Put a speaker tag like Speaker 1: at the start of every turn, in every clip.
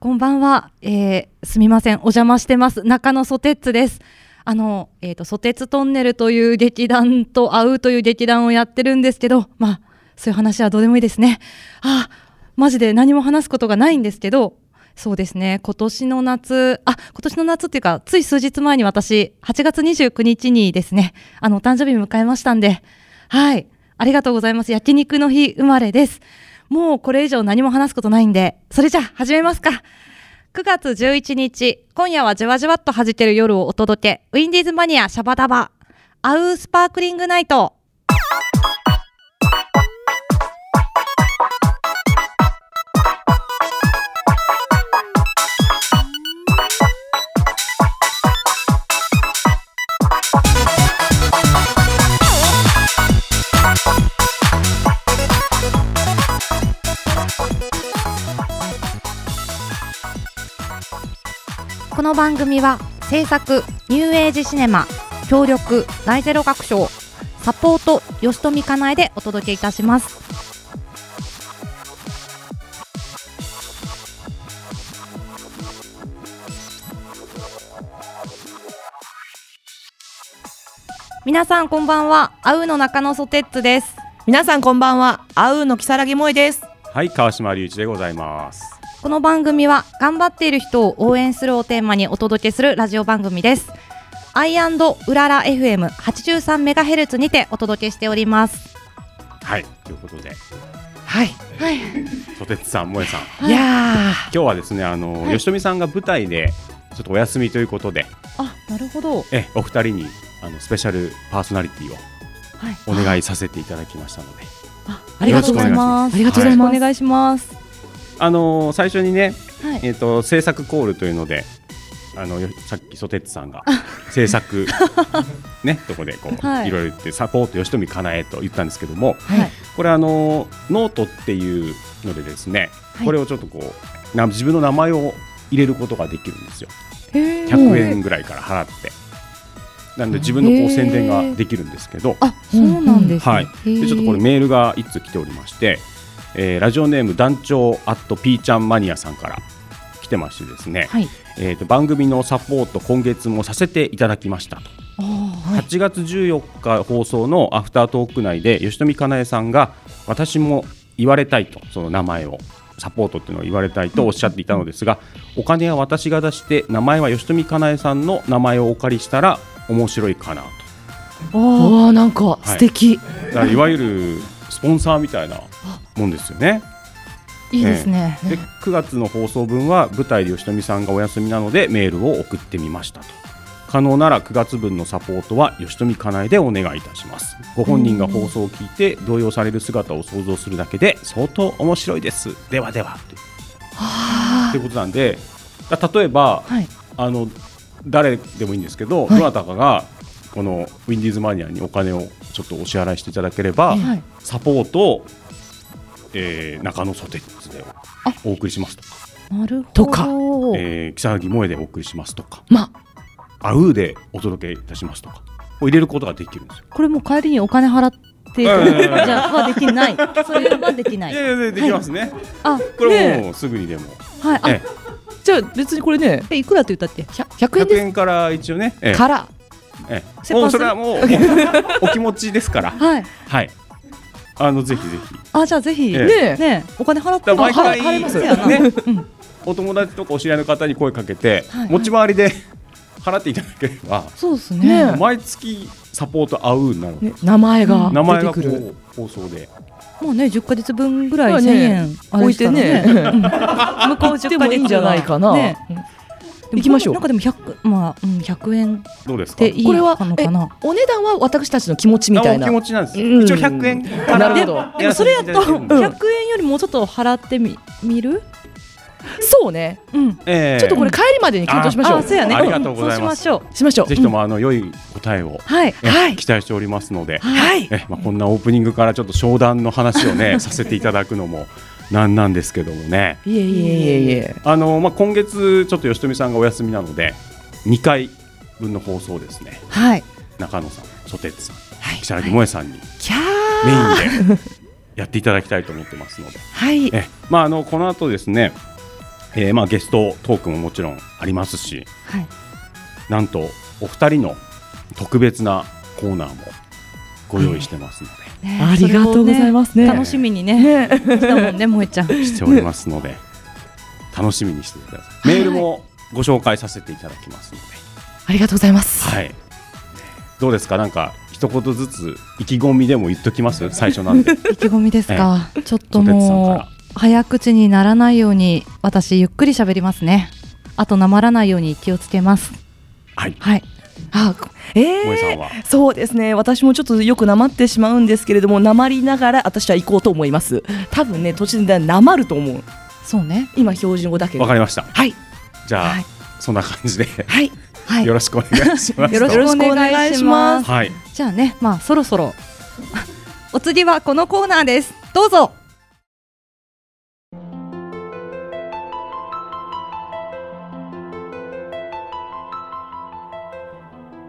Speaker 1: こんばんは、えーすみませんお邪魔してます中野ソテッツですあのえっ、とソテツトンネルという劇団と会うという劇団をやってるんですけどまあそういう話はどうでもいいですねあマジで何も話すことがないんですけどそうですね今年の夏あ今年の夏っていうかつい数日前に私8月29日にですねあのお誕生日迎えましたんではいありがとうございます焼肉の日生まれですもうこれ以上何も話すことないんでそれじゃあ始めますか9月11日、今夜はじわじわっと弾ける夜をお届け、ウィンディーズマニアシャバダバ、アウースパークリングナイト。この番組は制作ニューエイジシネマ協力大ゼロ学賞サポート吉富かなえでお届けいたします皆さんこんばんはアウの中野ソテッツです
Speaker 2: 皆さんこんばんはあうのきさらぎ萌えです
Speaker 3: はい、川島隆一でございます。
Speaker 1: この番組は頑張っている人を応援するをテーマにお届けするラジオ番組です。アイうらら FM83 メガヘルツにてお届けしております。
Speaker 3: はい、ということで、
Speaker 2: はい
Speaker 1: はい。
Speaker 3: ソテツさん、萌えさん、
Speaker 1: はい
Speaker 2: いや
Speaker 3: 今日はですね、あの、
Speaker 1: はい
Speaker 3: 吉富さんが舞台でちょっとお休みということで、
Speaker 1: あ、なるほど。
Speaker 3: えお二人にあのスペシャルパーソナリティを
Speaker 1: はい。
Speaker 3: お願いさせていただきましたので、
Speaker 1: あ、ありがとうございます。
Speaker 2: よろしくお願いします
Speaker 1: はいお願いします。
Speaker 3: あの最初にね、
Speaker 1: はい。
Speaker 3: えっ、と制作コールというので。あのよさっきソテツさんが 制作ねとこでこう、
Speaker 1: はい
Speaker 3: い、ろいろ言ってサポート吉富かなえと言ったんですけども、
Speaker 1: はい。
Speaker 3: これあのノートっていうのでですね、
Speaker 1: はい
Speaker 3: これをちょっとこうな自分の名前を入れることができるんですよ
Speaker 1: へー
Speaker 3: 100円ぐらいから払ってなので自分のこう宣伝ができるんですけど、
Speaker 1: あ、そうなんですね。
Speaker 3: はい、でちょっとこれメールが1通来ておりまして、えーラジオネーム団長アットピーちゃんマニアさんから来てましてですね、
Speaker 1: はい。
Speaker 3: えー、と番組のサポート今月もさせていただきましたと
Speaker 1: あーはい。
Speaker 3: 8月14日放送のアフタートーク内で吉富かなえさんが私も言われたいとその名前をサポートっていうのを言われたいとおっしゃっていたのですがお金は私が出して名前は吉富かなえさんの名前をお借りしたら面白いかな
Speaker 2: ー
Speaker 3: と
Speaker 1: あ
Speaker 2: わあなんか素敵、
Speaker 3: だからいわゆるスポンサーみたいなもんですよね。
Speaker 1: ーいいですね。
Speaker 3: で9月の放送分は舞台で吉富さんがお休みなのでメールを送ってみましたと可能なら9月分のサポートは吉富かなえでお願いいたしますご本人が放送を聞いて動揺される姿を想像するだけで相当面白いですではではという
Speaker 1: は
Speaker 3: ということなんでだ例えば
Speaker 1: あ。はい。
Speaker 3: あの誰でもいいんですけど、
Speaker 1: はい
Speaker 3: どなたかがこのウィンディーズマニアにお金をちょっとお支払いしていただければ、
Speaker 1: はい。
Speaker 3: サポートを、えー中野ソテッツでお送りしますとか
Speaker 1: なるほど。
Speaker 2: とか
Speaker 3: えー、木更木萌えでお送りしますとか、
Speaker 2: ま
Speaker 3: あうーでお届けいたしますとか、を入れることができるんですよ。
Speaker 1: これもう帰りにお金払っていく
Speaker 3: うんうんうん
Speaker 1: じゃあはできない。それはできないい。
Speaker 3: やいや、できますね。
Speaker 1: あ、
Speaker 3: これ
Speaker 1: ね
Speaker 3: もうすぐにでも。
Speaker 1: えはい。あ、
Speaker 3: え
Speaker 2: じゃあ別にこれね
Speaker 1: えいくらって言ったって。
Speaker 2: 100,
Speaker 3: え、
Speaker 2: 円
Speaker 3: 100
Speaker 2: です
Speaker 3: 円から一応ね、ええ
Speaker 2: から
Speaker 3: ええ
Speaker 1: 切羽
Speaker 3: もうそれ はもうお気持ちですから、
Speaker 1: はい。
Speaker 3: はい。あのぜひぜひ、
Speaker 1: あ、じゃあぜひ
Speaker 3: ええ
Speaker 1: ねえねえお金払って
Speaker 3: だから毎
Speaker 1: あ
Speaker 3: 回
Speaker 1: 払いますやな。
Speaker 3: ね
Speaker 1: うん
Speaker 3: お友達とかお知り合いの方に声かけて、
Speaker 1: はい
Speaker 3: 持ち回りで 払っていただければ、
Speaker 1: そうです
Speaker 2: ね
Speaker 1: ね。
Speaker 3: 毎月サポートあうーになるわけ
Speaker 2: ね名前が
Speaker 3: 名前
Speaker 2: 出て
Speaker 3: がこ
Speaker 2: くる
Speaker 3: う放送で。
Speaker 1: もうね10ヶ月分ぐら
Speaker 2: ま
Speaker 1: い
Speaker 2: あ
Speaker 1: 1000
Speaker 2: ね
Speaker 1: 円あれしたら
Speaker 2: 置いてね
Speaker 1: う ん向こう10ヶ月
Speaker 2: でもいいんじゃないかな、
Speaker 1: ねえ
Speaker 2: 行きましょう
Speaker 1: なんかでも100まあうん100円
Speaker 3: どうですか
Speaker 1: でいい
Speaker 2: これは
Speaker 1: のかな。
Speaker 2: お値段は私たちの気持ちみたい
Speaker 3: あ
Speaker 2: な
Speaker 3: お気持ちなんですよ。
Speaker 2: うん
Speaker 3: 一応100円か
Speaker 2: な
Speaker 3: ら
Speaker 2: るほど
Speaker 1: でもそれやと
Speaker 3: やらせていただいてるんで
Speaker 1: 100円よりもうちょっと払ってみ見る？
Speaker 2: そうね
Speaker 1: うん。
Speaker 3: ええ
Speaker 2: ちょっとこれ帰りまでに検討しましょう
Speaker 1: あ、そうやね。
Speaker 3: ありがとうございます
Speaker 1: そうしましょう。
Speaker 2: うんしましょう
Speaker 3: ぜひともあの良い答えを、
Speaker 1: はい。
Speaker 3: え
Speaker 2: はい
Speaker 3: 期待しておりますので、
Speaker 2: うんはい
Speaker 3: えまあこんなオープニングからちょっと商談の話をねさせていただくのもなんなんですけどもね。
Speaker 2: いえいえいえいえ
Speaker 3: あのまあ今月ちょっと吉富さんがお休みなので2回分の放送ですね。
Speaker 1: はい。
Speaker 3: 中野さん、ソテツさん、
Speaker 2: はい
Speaker 3: 木更木萌さんに
Speaker 2: キャ
Speaker 3: メ
Speaker 2: ー
Speaker 3: インでやっていただきたいと思ってますので、
Speaker 2: はい
Speaker 3: えまああのこの後ですね。えーまあ、ゲストトークももちろんありますし
Speaker 1: はい、
Speaker 3: なんとお二人の特別なコーナーもご用意してますので、
Speaker 1: ね
Speaker 2: ありがとうございます
Speaker 1: それ
Speaker 2: ね。
Speaker 1: を楽しみにね、来たもんね、萌えちゃん。
Speaker 3: しておりますので、楽しみにしててくださ い。メールもご紹介させていただきますので、
Speaker 2: ありがとうございます。
Speaker 3: はい。どうですか、なんか一言ずつ意気込みでも言っときます、最初 なんで。
Speaker 1: 意気込みですか、ちょっと
Speaker 3: ソテツさん
Speaker 1: も
Speaker 3: か
Speaker 1: う早口にならないように私ゆっくり喋りますねあとなまらないように気をつけます
Speaker 3: はい。
Speaker 1: はい
Speaker 2: あ、こえ
Speaker 3: 萌え
Speaker 2: え
Speaker 3: さんは
Speaker 2: そうですね。私もちょっとよくなまってしまうんですけれども、なまりながら私は行こうと思います。多分ね、途中でなまると思う。
Speaker 1: そうね
Speaker 2: 今標準語だけど。
Speaker 3: わかりました。
Speaker 2: はい
Speaker 3: じゃあ、
Speaker 1: はい
Speaker 3: そんな感じで、
Speaker 2: はい。
Speaker 1: はい
Speaker 3: よ
Speaker 1: よ
Speaker 3: ろしくお願いします。
Speaker 1: ろしくお
Speaker 2: よろしくお
Speaker 1: 願
Speaker 2: 願
Speaker 1: い
Speaker 2: い
Speaker 1: し
Speaker 2: し
Speaker 1: ま
Speaker 2: ますす
Speaker 3: はい。
Speaker 1: じゃあねまあそろそろ お次はこのコーナーですどうぞ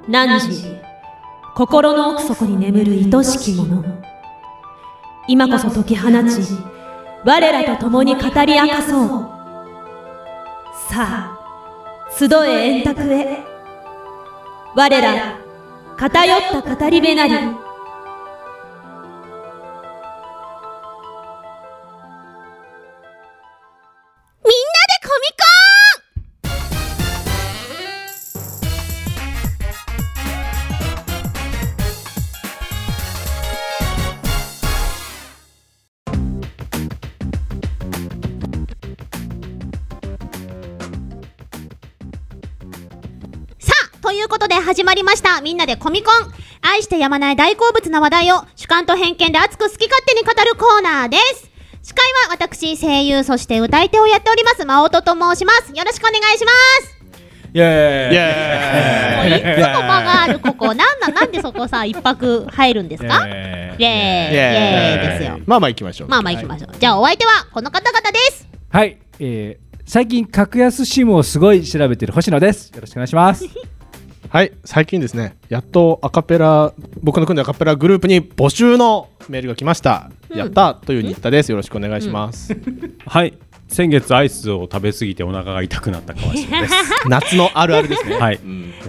Speaker 4: 汝心の奥底に眠る愛しきもの今こそ解き放ち我らと共に語り明かそうさあ集え円卓へ我ら偏った語り部なり
Speaker 5: さあ、ということで始まりました。みんなでコミコン。愛してやまない大好物な話題を主観と偏見で熱く好き勝手に語るコーナーです。司会は私、声優、そして歌い手をやっております、真音と申します。よろしくお願いします。
Speaker 3: イ エーイ。
Speaker 5: もういつも間がある、ここ。なんなん、なんでそこさ、一泊入るんで すか
Speaker 6: え
Speaker 5: イエーイ。イエーイですよ。
Speaker 6: まあまあ行きましょう。
Speaker 5: まあまあ行きましょう。じゃあお相手はこの方々です。
Speaker 7: はい、えー、最近格安シムをすごい調べてる星野です。よろしくお願いします。
Speaker 6: はい、最近ですね、やっとアカペラ、僕の組んでアカペラグループに募集のメールが来ました。やったという新田です。よろしくお願いします。
Speaker 3: はい。先月アイスを食べ過ぎてお腹が痛くなった川島です。
Speaker 6: 夏のあるあるです ね。
Speaker 3: はい。よ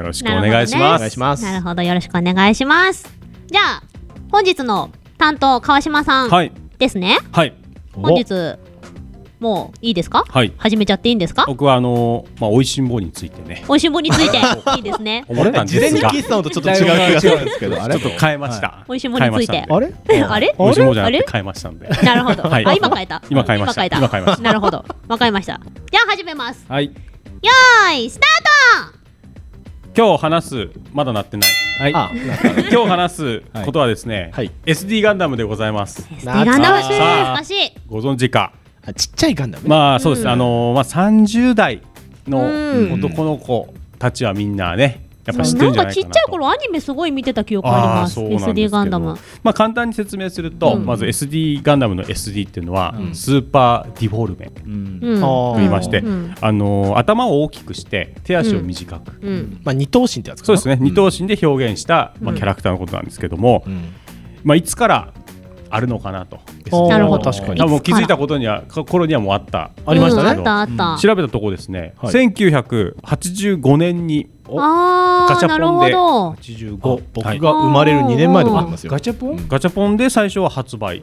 Speaker 3: ろしくお願いし
Speaker 6: お
Speaker 3: ま
Speaker 6: 願い
Speaker 3: す
Speaker 6: し。ます。
Speaker 5: なるほど、よろしくお願いします。じゃあ、本日の担当、川島さん
Speaker 3: はい。
Speaker 5: ですね。
Speaker 3: はい。
Speaker 5: 本日もういいですか、
Speaker 3: はい
Speaker 5: 始めちゃっていいんですか
Speaker 3: 僕はあのーまあ美味しんぼについてね
Speaker 5: おいしんぼについて いいですね
Speaker 3: 思ったん
Speaker 6: 事
Speaker 3: で
Speaker 6: 前
Speaker 3: す
Speaker 6: に
Speaker 3: が
Speaker 6: 聞いてたのとちょっと違う気がするんですけど、あれ
Speaker 3: ちょっと変えました。
Speaker 5: おいしんぼについて
Speaker 6: あれ
Speaker 5: あれ
Speaker 3: おいしんぼじゃ
Speaker 5: あ
Speaker 3: なく
Speaker 5: れ
Speaker 3: て変えましたんで。
Speaker 5: なるほど、
Speaker 3: はい
Speaker 5: あ今変えた
Speaker 3: 今変えました
Speaker 5: 今
Speaker 3: 今変えました
Speaker 5: なるほどわかりましたじゃあ始めます
Speaker 7: はい、
Speaker 5: よーいスタート
Speaker 3: 今日話すまだなって ない。
Speaker 7: はい、
Speaker 6: あ、
Speaker 3: 今日話すことはですね、
Speaker 6: はい
Speaker 3: SD ガンダムでございます。
Speaker 5: な
Speaker 6: な
Speaker 5: んだ
Speaker 6: な
Speaker 5: わしい
Speaker 3: さあ
Speaker 5: 懐かしい
Speaker 3: ご存知か。
Speaker 6: あちっちゃいガンダムね。
Speaker 3: まあそうですね。あのーまあ30代の
Speaker 5: うん
Speaker 3: 男の子たちはみんなね、やっぱ知って
Speaker 5: な
Speaker 3: るん
Speaker 5: ん
Speaker 3: じゃ
Speaker 5: か
Speaker 3: ないかなと。
Speaker 5: ちっちゃい頃アニメすごい見てた記憶あり
Speaker 3: あ
Speaker 5: ま
Speaker 3: ー
Speaker 5: す
Speaker 3: そうなんです
Speaker 5: SD
Speaker 3: けど
Speaker 5: ガンダム
Speaker 3: まあ簡単に説明すると、まず SD ガンダムの SD っていうのは、スーパーディフォルメ
Speaker 7: うん、
Speaker 5: うん
Speaker 6: あ
Speaker 3: と
Speaker 6: ー
Speaker 3: 言いまして、
Speaker 5: うん
Speaker 3: あのー頭を大きくして手足を短く、
Speaker 5: うん
Speaker 6: まあ二等身ってやつかな。
Speaker 3: そうですね、
Speaker 6: ん
Speaker 3: 二頭身で表現した、まあ、キャラクターのことなんですけども、
Speaker 6: うん
Speaker 3: まあ、いつからあるのかなと。
Speaker 6: あー
Speaker 5: なるほど
Speaker 6: 確かに
Speaker 3: 多。分気づいたことにはか頃にはもうあった
Speaker 6: ありましたね
Speaker 5: うんあったあった、
Speaker 3: 調べたところですね、
Speaker 6: はい
Speaker 3: 1985年に
Speaker 5: あ
Speaker 3: ガチャ
Speaker 5: ーなる
Speaker 3: ポン
Speaker 5: ほ
Speaker 3: で
Speaker 5: ど
Speaker 6: 85僕
Speaker 3: は
Speaker 6: が
Speaker 3: い
Speaker 6: 生まれる2年前でございますよ。
Speaker 7: ガチャポン、
Speaker 3: ガチャポンで最初は発売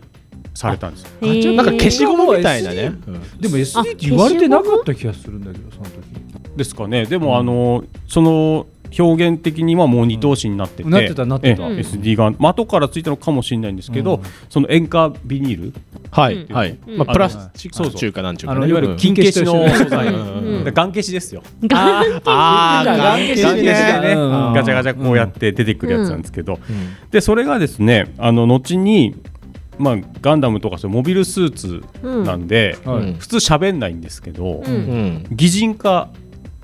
Speaker 3: されたんですよ
Speaker 5: へー
Speaker 6: なんか消しゴムみたいなね。うん
Speaker 7: でも SD って言われてなかった気がするんだけど、その時。
Speaker 3: ですかねでも、あのその表現的にはもう二等身になってて、
Speaker 7: うんなってたなってた
Speaker 3: ええ SD が、まあ、後からついたのかもしれないんですけど、
Speaker 7: うん
Speaker 3: その塩化ビニール
Speaker 6: は
Speaker 5: う
Speaker 6: い
Speaker 5: ん
Speaker 6: はい。
Speaker 5: うん
Speaker 6: まあプラスチ
Speaker 3: そうそ
Speaker 6: ッ
Speaker 3: う
Speaker 6: ク中華なんちゅう
Speaker 7: あ
Speaker 6: か
Speaker 7: の
Speaker 6: ね。
Speaker 7: いわゆ
Speaker 6: う
Speaker 7: る
Speaker 6: ん
Speaker 7: 金消し
Speaker 3: 金
Speaker 7: の
Speaker 3: 消しの
Speaker 7: 素材。うん
Speaker 5: うん
Speaker 3: で眼消しですよ
Speaker 6: あー
Speaker 7: ガン消し
Speaker 6: ガン消し
Speaker 3: がね、
Speaker 7: うん
Speaker 3: ガチャガチャこうやって出てくるやつなんですけど、でそれがですねあの後に、まあ、ガンダムとかそういうモビルスーツなんで、
Speaker 7: はい
Speaker 6: うん
Speaker 3: 普通喋んないんですけど、
Speaker 5: うん
Speaker 6: うん。
Speaker 3: 擬人化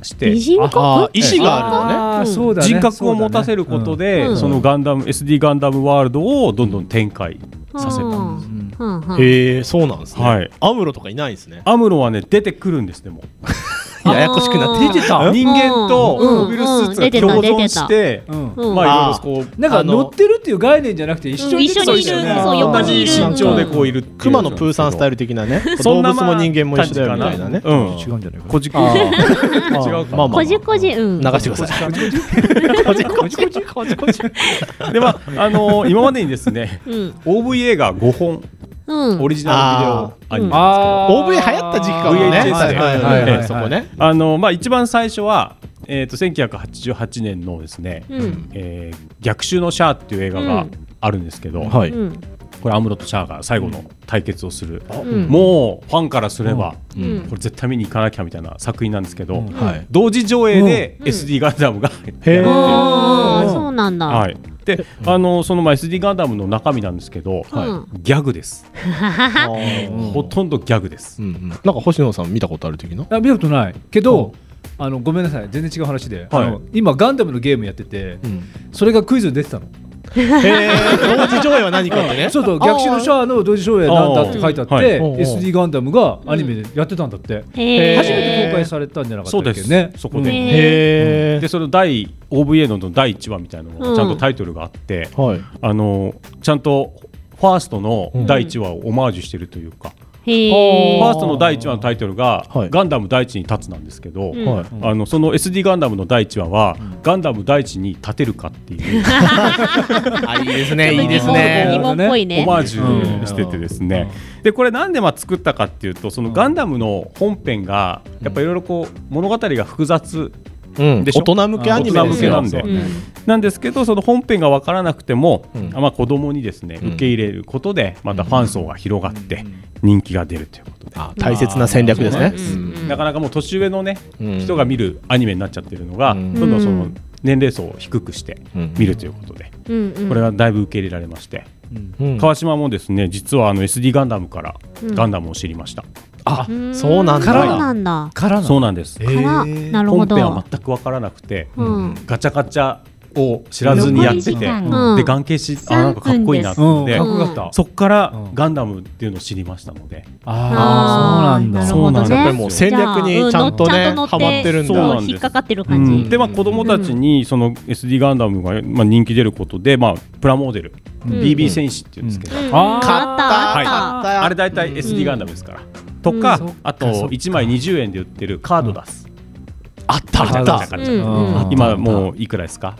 Speaker 3: して
Speaker 5: 擬人化
Speaker 6: ああ意志があるのね。
Speaker 7: ああ、
Speaker 5: うん
Speaker 7: そうだね。
Speaker 3: 人格を持たせることで、
Speaker 5: うん
Speaker 3: そのガンダム SD ガンダムワールドをどんどん展開させた、
Speaker 5: うん
Speaker 7: そうだね、うん
Speaker 5: うんうん
Speaker 6: へえ、そうなんですね。
Speaker 3: はい
Speaker 6: アムロとかいないんですね。
Speaker 3: アムロはね出てくるんですでも
Speaker 6: ややこしくなって
Speaker 7: 出てた。
Speaker 3: 人間
Speaker 5: うん
Speaker 3: とウイルススーツが共存して、
Speaker 7: うん。
Speaker 5: うん
Speaker 3: まあい
Speaker 6: あ
Speaker 3: ろいろこう
Speaker 7: なんか
Speaker 6: あの
Speaker 7: 乗ってるっていう概念じゃなくて一緒に出てた
Speaker 5: うん一緒にいるそう横にいる
Speaker 6: 身長でこうい
Speaker 3: いる
Speaker 6: 熊のプーさんスタイル的なね動物も人間も一緒だよみたいなね
Speaker 3: うん
Speaker 7: 違うんじゃないかな。
Speaker 3: こじく
Speaker 6: あー
Speaker 3: 違うか
Speaker 6: まあまあまあ
Speaker 5: こじこじ、うん。
Speaker 6: 流してください
Speaker 3: ではあのー今までにですね
Speaker 5: うん。
Speaker 3: OVA が5本
Speaker 5: うん。
Speaker 3: オリジナルビデオアニメ
Speaker 7: あー
Speaker 6: OV 流行った時期かもね
Speaker 3: VHS で
Speaker 6: はいはいはいそこね
Speaker 3: あのまあ一番最初はえっ、と1988年のですね、
Speaker 5: うん。
Speaker 3: えー逆襲のシャーっていう映画
Speaker 5: う
Speaker 3: が
Speaker 5: ん
Speaker 3: あるんですけど、
Speaker 6: は
Speaker 5: う
Speaker 6: い
Speaker 5: ん。
Speaker 3: これアムロとシャアが最後の対決をする、
Speaker 5: ん
Speaker 3: もうファンからすれば、
Speaker 5: うん
Speaker 3: これ絶対見に行かなきゃみたいな作品なんですけど、
Speaker 6: はい
Speaker 3: 同時上映で
Speaker 5: うん
Speaker 3: SD ガンダムが、
Speaker 6: へー
Speaker 5: ああ、そうなんだ。
Speaker 3: はいであのそのまあ SD ガンダムの中身なんですけど、
Speaker 5: うん
Speaker 3: ギャグです、
Speaker 6: うん
Speaker 3: ほとんどギャグです、
Speaker 6: うんうんなんか星野さん見たことある的な
Speaker 7: あ見たことないけど、あのごめんなさい全然違う話で、あの今ガンダムのゲームやってて、それがクイズに出てたの
Speaker 6: へー同時上映は何かってね
Speaker 7: そうそう逆襲のシャアの同時上映なんだって書いてあって、
Speaker 3: あー
Speaker 6: はい
Speaker 7: SD ガンダムがアニメでやってたんだって、
Speaker 5: へえ。
Speaker 7: 初めて公開されたんじゃなかった
Speaker 3: そ
Speaker 7: っ
Speaker 3: うで
Speaker 7: け
Speaker 3: す
Speaker 7: ね
Speaker 3: ねそこで、
Speaker 5: うん
Speaker 6: へ
Speaker 3: でその第 OVA の第1話みたいなの
Speaker 5: う
Speaker 3: が
Speaker 5: ん
Speaker 3: ちゃんとタイトルがあって、
Speaker 6: ーはい
Speaker 3: あのちゃんとファーストの第1話をオマージュしてるというか、
Speaker 5: へえ。
Speaker 3: ファーストの第1話のタイトルが
Speaker 6: はい
Speaker 3: 「ガンダム第一に立つ」なんですけど、
Speaker 5: うん
Speaker 6: はい
Speaker 3: あのその SD ガンダムの第1話は、ガンダム第一に立てるかっていう
Speaker 6: あいいですねいいです
Speaker 5: 疑
Speaker 6: ね
Speaker 5: 問っぽい
Speaker 3: オ
Speaker 5: ね。
Speaker 3: マージュしててですね、でこれなんでまあ作ったかっていうとそのガンダムの本編がやっぱいろいろこう物語が複雑
Speaker 6: うん
Speaker 3: で
Speaker 6: 大
Speaker 3: しょ
Speaker 6: 人向けアニメですよ
Speaker 3: 大人向けなんで
Speaker 5: うん。
Speaker 3: なんですけどその本編が分からなくても、
Speaker 6: うん
Speaker 3: まあ、子供にですね
Speaker 6: うん
Speaker 3: 受け入れることでまたファン層が広がって人気が出るということで、
Speaker 6: あ大切な戦略ですね
Speaker 5: うん
Speaker 3: なかなかもう年上のね
Speaker 6: うん
Speaker 3: 人が見るアニメになっちゃってるのが、
Speaker 6: うん
Speaker 3: どんどんそうの
Speaker 5: ん
Speaker 3: 年齢層を低くして
Speaker 6: うん
Speaker 3: 見るということで、
Speaker 5: うんうん。
Speaker 3: これはだいぶ受け入れられまして、
Speaker 6: うん
Speaker 3: 川島もですね実はあの SD ガンダムから
Speaker 5: うん
Speaker 3: ガンダムを知りました、
Speaker 6: あ
Speaker 5: うん
Speaker 6: そうなん
Speaker 5: そう
Speaker 6: だ
Speaker 5: なんだ。
Speaker 7: から
Speaker 3: そう
Speaker 7: う
Speaker 3: なんです、
Speaker 5: から、なるほ
Speaker 3: 本
Speaker 5: ど。
Speaker 3: 編は全く分からなくて、
Speaker 5: うん。
Speaker 3: ガチャガチャを知らずにやってて、
Speaker 8: 残り時間
Speaker 5: が
Speaker 3: で眼形しあなんかかっこいいなって
Speaker 7: うん、
Speaker 3: で
Speaker 7: かっこよかった、
Speaker 3: そこから
Speaker 7: うん
Speaker 3: ガンダムっていうのを知りましたので、
Speaker 7: ああそうなんだ
Speaker 5: なる
Speaker 3: そう
Speaker 5: ほど
Speaker 3: なんだ
Speaker 5: ね。
Speaker 3: や
Speaker 6: で
Speaker 3: っぱり
Speaker 6: も戦略にちゃんと
Speaker 5: じゃあ
Speaker 6: ね
Speaker 5: うん乗っちゃ
Speaker 6: ハ
Speaker 5: んと乗
Speaker 6: マ
Speaker 5: っ
Speaker 6: っててるん
Speaker 3: そう
Speaker 6: だ
Speaker 3: なんです
Speaker 5: 引っかかってる感
Speaker 3: うん
Speaker 5: じ。
Speaker 3: でまあ子供たちにその SD ガンダムがまあ人気出ることでまあプラモデル、BB 戦士っていうんですけど、
Speaker 5: うん
Speaker 7: あー
Speaker 5: あった
Speaker 3: はい
Speaker 5: あった。
Speaker 3: あれ大体 SD ガンダムですから、とか、
Speaker 7: うん
Speaker 3: あと
Speaker 7: そっかそっか
Speaker 3: 1枚20円で売ってるカード出す、
Speaker 6: あったあっ
Speaker 3: ガチ
Speaker 6: た
Speaker 3: ャガチャガ
Speaker 5: う
Speaker 3: チャ
Speaker 5: んうん。
Speaker 3: 今もういくらですか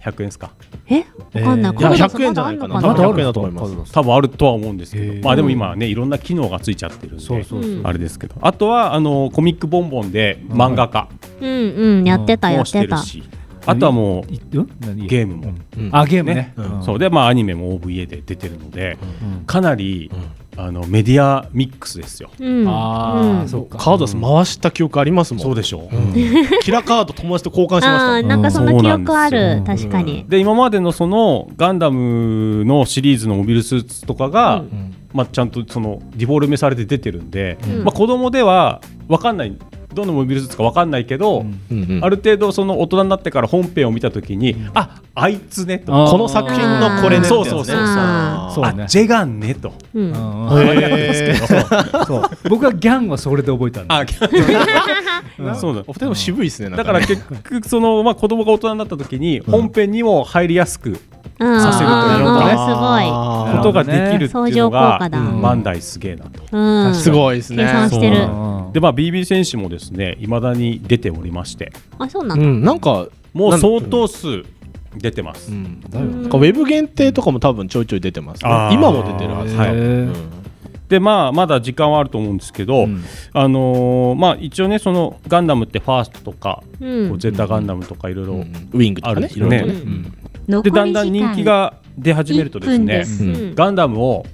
Speaker 3: 100円ですか
Speaker 5: え、わかんない。
Speaker 6: いや
Speaker 5: カメラさん
Speaker 6: 100円じゃないかな
Speaker 5: まだあ
Speaker 7: ま
Speaker 5: んの
Speaker 7: だ
Speaker 6: 100
Speaker 7: あ
Speaker 6: 円
Speaker 7: る
Speaker 6: だと思います
Speaker 3: 多分あるとは思うんですけ
Speaker 7: へー
Speaker 3: どまあでも今はねいろんな機能がついちゃってるんで
Speaker 7: そうそう
Speaker 5: うん
Speaker 3: あれですけどあとはあのコミックボンボンで漫画家
Speaker 5: うんうんやってたや
Speaker 3: も
Speaker 5: っ
Speaker 3: して
Speaker 5: て
Speaker 3: る
Speaker 5: た。
Speaker 3: し、あとはも
Speaker 7: いうん何
Speaker 3: うゲームも、
Speaker 6: うん
Speaker 7: あゲームね
Speaker 6: うん
Speaker 3: そうでまあアニメも OVA で出てるので、
Speaker 7: うん
Speaker 3: かなり、あのメディアミックスですよ。
Speaker 5: うん。
Speaker 7: あ
Speaker 5: う
Speaker 7: あ
Speaker 5: ん
Speaker 7: そうか
Speaker 6: カードです回した記憶ありますもん
Speaker 3: でしょう
Speaker 6: キラカード友達と交換しま
Speaker 5: あ
Speaker 6: し
Speaker 5: あなんかそんな記憶ある
Speaker 7: うん
Speaker 5: 確かに。
Speaker 3: で今までのそのガンダムのシリーズのモビルスーツとかが、まあ、ちゃんとそのディフォルメされて出てるんで、
Speaker 5: うん
Speaker 3: まあ、子供では分かんないどのモビルスーツか分かんないけど、
Speaker 6: た、うんうん
Speaker 3: ある程度その大人になってから本編を見た時に、ああいつねと
Speaker 7: あー
Speaker 6: この作品のこれね
Speaker 3: そうそうそうそう
Speaker 5: あ
Speaker 7: そうね
Speaker 3: あジェガンねと
Speaker 5: うん。
Speaker 7: うん
Speaker 6: へ
Speaker 7: そう僕はギャンはそれで覚えた んだ
Speaker 3: あそうだ
Speaker 6: お二人も渋いですね
Speaker 3: だから結局その、まあ、子供が大人になった時に本編にも入りやすく
Speaker 5: さ
Speaker 3: せるというの
Speaker 6: ね
Speaker 5: す
Speaker 6: あー
Speaker 3: ことができるっていうの
Speaker 5: 相乗効果
Speaker 3: が、
Speaker 5: だ
Speaker 3: うんバンダイすげえなと。
Speaker 5: ごい。うん。
Speaker 6: すごいです
Speaker 5: 計算
Speaker 6: ね
Speaker 5: してる
Speaker 3: そう。でまあ BB 選手もですね未だに出ておりまして
Speaker 5: あそうな
Speaker 6: うん
Speaker 5: だ。
Speaker 6: んなんか
Speaker 3: も
Speaker 6: な
Speaker 3: うん相当数出てます。
Speaker 6: うん
Speaker 7: だよ
Speaker 6: な
Speaker 7: ね
Speaker 6: んかウェブ限定とかも多分ちょいちょい出てますね
Speaker 3: あー
Speaker 6: 今も出てるはず
Speaker 3: はい
Speaker 6: うん
Speaker 3: でまあまだ時間はあると思うんですけど、あのーまあ一応ねそのガンダムってファーストとか、
Speaker 5: うん
Speaker 3: こうゼータガンダムとかいろいろ
Speaker 6: ウィングと
Speaker 3: あ
Speaker 6: か
Speaker 3: るん
Speaker 6: ね
Speaker 3: で
Speaker 6: い
Speaker 3: すよ
Speaker 6: ろい
Speaker 3: ね。
Speaker 6: ろね
Speaker 8: 残
Speaker 3: で
Speaker 8: り時間
Speaker 3: だんだん人気が出始めるとです
Speaker 8: 1分
Speaker 3: ね
Speaker 8: です
Speaker 6: うん
Speaker 5: うん
Speaker 3: ガンダムを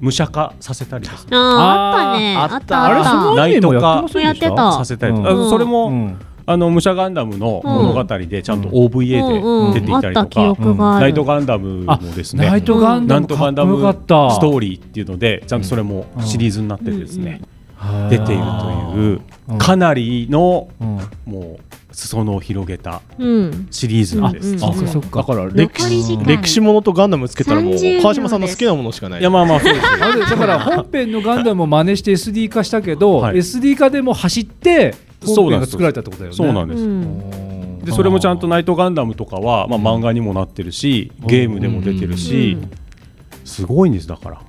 Speaker 3: 無社化させたりですね
Speaker 5: あーあったね。
Speaker 6: あー
Speaker 5: あった
Speaker 7: あ
Speaker 5: あ
Speaker 7: れ
Speaker 5: っ
Speaker 7: その
Speaker 5: た。
Speaker 7: アニメもやってませんでし
Speaker 5: やってた
Speaker 3: させたりとか、
Speaker 7: うん
Speaker 3: あそれも、
Speaker 7: うん
Speaker 3: あの武者ガンダムの物語でちゃんと OVA で出てい
Speaker 5: あ
Speaker 3: た
Speaker 5: っ
Speaker 3: り
Speaker 5: た
Speaker 3: と
Speaker 5: 記
Speaker 3: か、
Speaker 5: 憶が
Speaker 3: ナ
Speaker 5: ある
Speaker 3: イ。トガンダムもですね
Speaker 7: ナイトガン
Speaker 3: な
Speaker 7: ダ
Speaker 3: ん
Speaker 7: ム
Speaker 3: と
Speaker 7: か
Speaker 3: ガ
Speaker 7: っ
Speaker 3: ン
Speaker 7: こ
Speaker 3: ダム
Speaker 7: よか
Speaker 3: ス
Speaker 7: っ
Speaker 3: ト
Speaker 7: た
Speaker 3: ーリーっていうのでちゃんとそれもシリーズになってですね、出ているといううんかなりの
Speaker 7: うん
Speaker 3: もう裾野を広げた
Speaker 5: うん。
Speaker 3: シリーズなんです、
Speaker 5: うんうん
Speaker 3: 実は
Speaker 5: そっか
Speaker 7: そっか
Speaker 6: だから歴
Speaker 8: 残
Speaker 6: 史
Speaker 8: り時間
Speaker 6: 歴史ものとガンダムつけたらもう
Speaker 8: 30
Speaker 6: 川島さんの好きなものしかない
Speaker 3: いやまあまあそうですよ
Speaker 7: あれだから本編のガンダムを真似して SD 化したけど、
Speaker 3: はい
Speaker 7: SD 化でも走って本編が作られたってことだよね
Speaker 3: そうなんです、でそれもちゃんと「ナイトガンダム」とかは、まあ、漫画にもなってるしゲームでも出てるし、すごいんですだから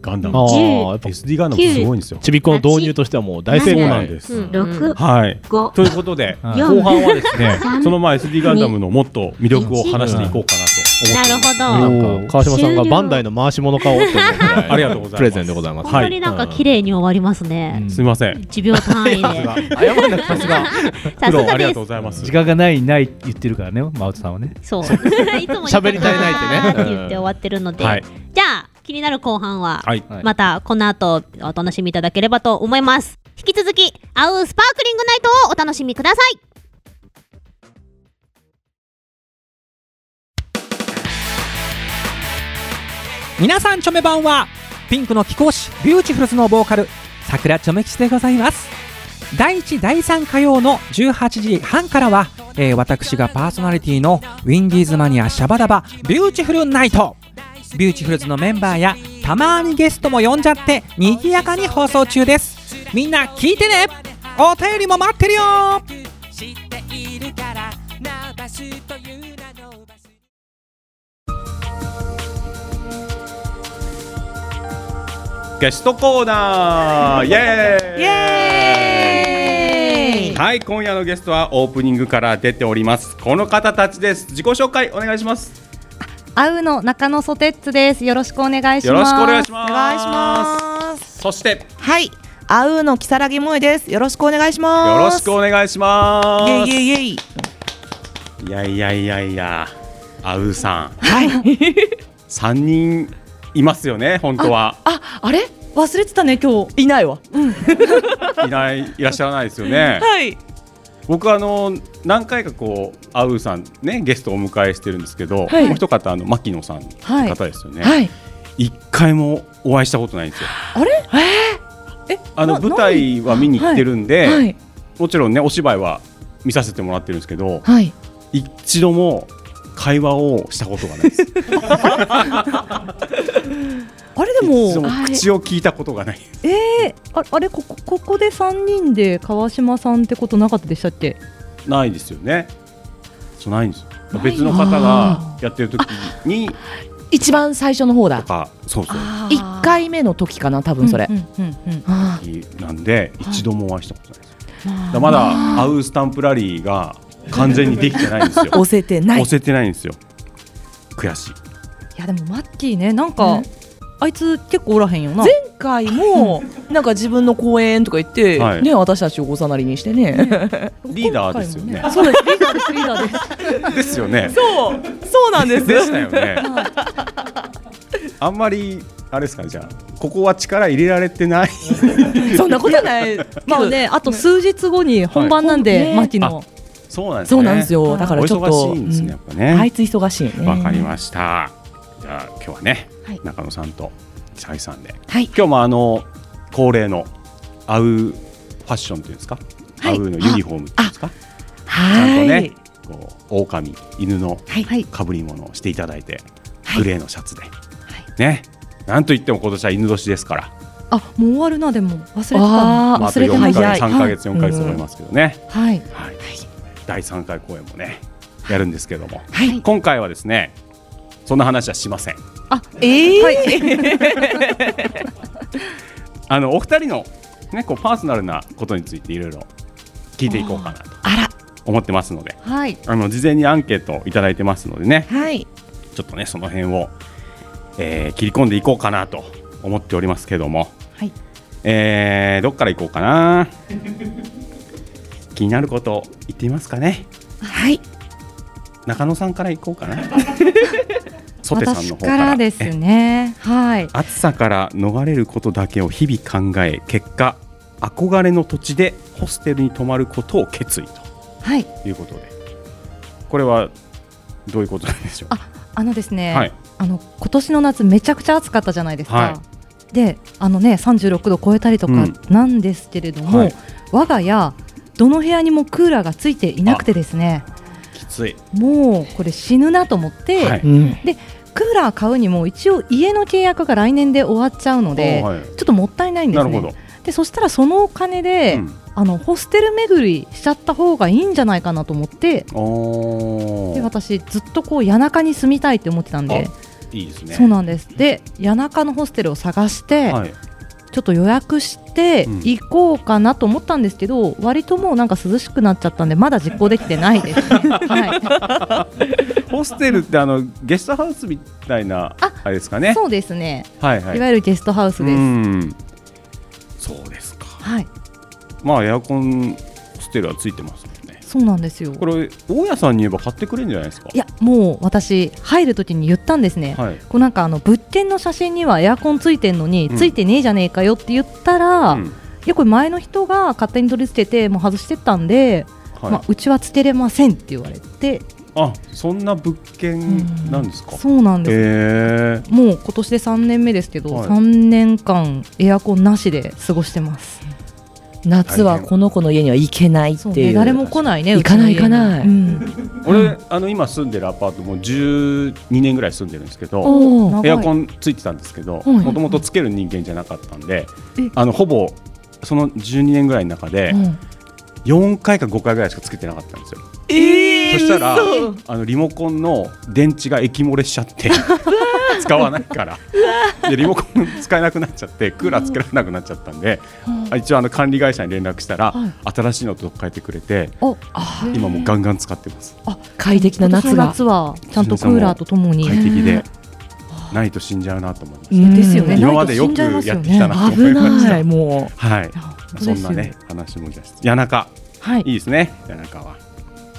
Speaker 3: ガンダム
Speaker 6: ああ
Speaker 8: 10
Speaker 6: やっぱ
Speaker 3: SD ガンダムすごいんですよ。
Speaker 6: ちびっこの導入としてはもう大成
Speaker 3: そう
Speaker 6: 功
Speaker 3: なんです、
Speaker 8: 六
Speaker 3: はい
Speaker 8: 五
Speaker 3: ということで
Speaker 7: は
Speaker 3: 後
Speaker 7: い
Speaker 3: 半はですね
Speaker 8: 三
Speaker 3: そのまあ SD ガンダムのもっと魅力を話していこうかなと思っております
Speaker 5: な
Speaker 6: な
Speaker 5: るほど。
Speaker 6: んか川島さんがバンダイの回し物買おうと思って
Speaker 3: ありがとうございます
Speaker 6: プレゼンでございます
Speaker 5: 本
Speaker 3: はい
Speaker 5: 当になんか綺麗に終わりますね。
Speaker 3: すみません
Speaker 5: 1秒単位で。
Speaker 6: 謝らなくてさすが
Speaker 5: さす
Speaker 3: 苦労あ
Speaker 5: が
Speaker 3: り
Speaker 5: で
Speaker 3: がとう
Speaker 5: す。
Speaker 3: ございます
Speaker 7: 時間がないないって言ってるからねマウトさんはね
Speaker 5: そう。 いつも
Speaker 6: 喋り足りないってね
Speaker 5: あーって言って終わってるので、
Speaker 3: はい
Speaker 5: じゃあ気になる後半は、
Speaker 3: はい
Speaker 7: はい
Speaker 5: またこの後お楽しみいただければと思います。引き続き、アウスパークリングナイトをお楽しみください。
Speaker 9: 皆さんチョメ版はピンクの貴公子ビューティフルズのボーカル桜チョメ吉でございます第1第3火曜の18時半からは、えー私がパーソナリティのウィンディーズマニアシャバダバビューティフルナイトビューティフルズのメンバーやたまにゲストも呼んじゃって賑やかに放送中ですみんな聞いてねお便りも待ってるよ
Speaker 3: ゲストコーナー イエーイはい今夜のゲストはオープニングから出ておりますこの方たちです自己紹介お願いします
Speaker 1: アウの中野ソテッツです。よろしくお願いします。
Speaker 3: よろしくお願いします
Speaker 10: お願いします。
Speaker 3: そしてよ
Speaker 10: はい、あうの木更木萌えです。よろしくお願いします。
Speaker 3: ろしくお願いしま
Speaker 10: イェ
Speaker 3: す
Speaker 10: イイェイイェイ。
Speaker 3: いやいやいやいやあうさん
Speaker 10: はい。
Speaker 3: 三人いますよね本当は
Speaker 2: ああれ忘れてたね今日いないわ
Speaker 3: いないいらっしゃらないですよね
Speaker 2: はい
Speaker 3: 僕あの何回かこうあうさんねゲストをお迎えしてるんですけど、もう一方あの牧野さん
Speaker 1: はい
Speaker 3: 方ですよね、
Speaker 2: はい
Speaker 3: 一回もお会いしたことないんですよ。
Speaker 2: あれえ
Speaker 3: あの
Speaker 2: な
Speaker 3: 舞台は見に行ってるんで、
Speaker 2: はい
Speaker 3: もちろんねお芝居は見させてもらってるんですけど、
Speaker 2: はい
Speaker 3: 一度も会話をしたことがない です。
Speaker 2: あれで
Speaker 3: 一度
Speaker 2: も
Speaker 3: も口を聞いたことがない。
Speaker 1: えーああれここここで三人で川島さんってことなかったでしたっけ？
Speaker 3: ないですよね。そうないんですよ。別の方がやってる時に
Speaker 2: 一番最初の方
Speaker 3: と
Speaker 2: だ
Speaker 3: かそうそう
Speaker 2: 一回目の時かな多分それ
Speaker 1: うんうんうんうん
Speaker 2: あ
Speaker 3: なんで一度もお会いしたことないです。だからまだ会うスタンプラリーが完全にできてないんですよ。
Speaker 2: ー押せてない
Speaker 3: 押せてないんですよ。悔しい。
Speaker 1: いやでもマッキーねなんか、あいつ結構おらへんよな。
Speaker 2: 前回 もなんか自分の公演とか言って、
Speaker 3: はい
Speaker 2: ね私たちをごさなりにしてね
Speaker 3: リーダーですよね
Speaker 1: 今。回もねそうですリーダーですリーダーです。
Speaker 3: ですよね。
Speaker 2: そうそうなんです
Speaker 3: でしたよね。あんまりあれですかねじゃあここは力入れられてない。
Speaker 2: そんなことない
Speaker 1: まあねあと数日後に本番なんで、
Speaker 2: はい
Speaker 1: マッキーの。
Speaker 3: そうなんです、ね。
Speaker 2: そうなんですよ、だ
Speaker 3: お
Speaker 2: からちょっと
Speaker 3: 忙しいんですねやっぱ
Speaker 2: うんあい
Speaker 3: ね。
Speaker 2: つ忙しいね
Speaker 3: わ、かりました。じゃあ今日はね、
Speaker 1: はい
Speaker 3: 中野さんと久井さんで、
Speaker 2: はい
Speaker 3: 今日もあの恒例のアウファッションっていうんですか、
Speaker 2: はい
Speaker 3: アウのユニフォームっていうんですか、ちゃんと
Speaker 2: はい、
Speaker 3: ね、こう狼犬の
Speaker 1: はい。
Speaker 3: 被り物をしていただいて、グレーのシャツで、ね、なんといっても今年は犬年ですから。
Speaker 1: あもう終わるなでも忘れてたな。
Speaker 2: あ
Speaker 3: まあ、あと
Speaker 1: 忘れて
Speaker 3: 4
Speaker 1: ま
Speaker 3: ヶ
Speaker 1: した
Speaker 3: 月、3ヶ
Speaker 2: は
Speaker 3: 月、
Speaker 2: い
Speaker 3: 4ヶ月と思いますけどね、
Speaker 1: はい。
Speaker 3: はい第3回公演もね、やるんですけども、今回はですね、そんな話はしません。
Speaker 2: ええ
Speaker 3: あのお二人の、ね、こうパーソナルなことについていろいろ聞いていこうかなと思ってますので、
Speaker 1: はい。
Speaker 3: あの事前にアンケートをいただいてますのでね、
Speaker 10: はい。
Speaker 3: ちょっとね、その辺を、えー切り込んでいこうかなと思っておりますけども、
Speaker 1: はい
Speaker 3: えーどっからいこうかな。 気になること言ってみますかね。
Speaker 10: はい。
Speaker 3: 中野さんから行こうかな。ソテさん
Speaker 1: 私
Speaker 3: の方
Speaker 1: か
Speaker 3: からら
Speaker 1: で
Speaker 3: ですす
Speaker 1: ね。はい。
Speaker 3: 暑さから逃れることだけを日々考え、結果憧れの土地でホステルに泊まることを決意
Speaker 1: はい。
Speaker 3: ということで、これはどういうことなんでしょう。
Speaker 1: あのですね。
Speaker 3: はい。
Speaker 1: あの今年の夏めちゃくちゃ暑かったじゃないですか。
Speaker 3: は
Speaker 1: で、あのね36度超えたりと
Speaker 3: う
Speaker 1: か
Speaker 3: ん
Speaker 1: なんですけれども、
Speaker 3: はい
Speaker 1: 我が家どの部屋にもクーラーがついていなくてですね、
Speaker 3: きつい。
Speaker 1: もうこれ死ぬなと思って、
Speaker 3: はい。
Speaker 2: うん
Speaker 1: クーラー買うにも一応家の契約が来年で終わっちゃうので、
Speaker 3: はい
Speaker 1: ちょっともったいないんで
Speaker 3: な
Speaker 1: す
Speaker 3: る
Speaker 1: ね。
Speaker 3: ほど。
Speaker 1: で、そしたらそのお金で、
Speaker 3: うん
Speaker 1: あのホステル巡りしちゃった方がいいんじゃないかなと思って
Speaker 3: お
Speaker 1: で私ずっとこう谷中に住みたいって思ってたんで、
Speaker 3: いいですね
Speaker 1: そうなんですで谷中のホステルを探して、
Speaker 3: はい、
Speaker 1: ちょっと予約して
Speaker 3: うん
Speaker 1: 行こうかなと思ったんですけど、割ともうなんか涼しくなっちゃったんでまだ実行できてない です、は
Speaker 3: ホステルってあのゲストハウスみたいなあれですか
Speaker 1: い、
Speaker 3: ね
Speaker 1: そうですね、
Speaker 3: はいはい
Speaker 1: い、わゆるゲストハウスです、
Speaker 3: うんそうですか
Speaker 1: はい
Speaker 3: まあエアコンホステルはついてますもんね
Speaker 1: そうなんですよ
Speaker 3: これ大家さんに言えば買ってくれるんじゃないですか
Speaker 1: いやもう私入る時に言ったんですね、
Speaker 3: はい
Speaker 1: こうなんかあの物件の写真にはエアコンついてんのに、
Speaker 3: うん
Speaker 1: ついてねえじゃねえかよって言ったら、
Speaker 3: うん
Speaker 1: いやこれ前の人が勝手に取り付けてもう外してったんで、
Speaker 3: はい
Speaker 1: まあ、うちはつけれませんって言われて
Speaker 3: あそんな物件なんですか、
Speaker 1: そうなんです、
Speaker 3: へえ
Speaker 1: もう今年で3年目ですけど、
Speaker 3: はい
Speaker 1: 3年間エアコンなしで過ごしてます
Speaker 2: 夏はこの子の家には行けないっ
Speaker 1: そう
Speaker 2: てい
Speaker 1: ね
Speaker 2: う
Speaker 1: 誰も来ないね
Speaker 2: 行かないう
Speaker 1: ちの家に
Speaker 2: 行かない
Speaker 1: うん
Speaker 3: 俺、あの今住んでるアパートもう12年ぐらい住んでるんですけど
Speaker 2: おー
Speaker 1: 長い
Speaker 3: エアコンついてたんですけど
Speaker 1: い
Speaker 3: もともとつける人間じゃなかったんで
Speaker 1: え
Speaker 3: あのほぼその12年ぐらいの中で
Speaker 1: うん
Speaker 3: 4回か5回ぐらいしかつけてなかったんですよ、
Speaker 2: え
Speaker 3: そしたら
Speaker 2: 嘘
Speaker 3: あのリモコンの電池が液漏れしちゃって使わないからでリモコン使えなくなっちゃってクーラーつけられなくなっちゃったんであ一応あの管理会社に連絡したら
Speaker 1: はい
Speaker 3: 新しいのと変えてくれて
Speaker 1: お
Speaker 3: 今もうガンガン使ってます
Speaker 2: 快適な
Speaker 1: 今年
Speaker 2: 夏
Speaker 1: の
Speaker 2: が
Speaker 1: 夏はちゃんとクーラーとともに
Speaker 3: 快適でないと死んじゃうなと思いま
Speaker 2: う
Speaker 3: し
Speaker 2: ん
Speaker 1: ですよね
Speaker 3: 今までよくやってきたなと思
Speaker 2: 危
Speaker 3: いました
Speaker 2: ないも
Speaker 3: はい
Speaker 1: 本当です
Speaker 3: そ
Speaker 1: よ
Speaker 3: んなね話もいたし谷中
Speaker 1: はい
Speaker 3: いいですね谷中は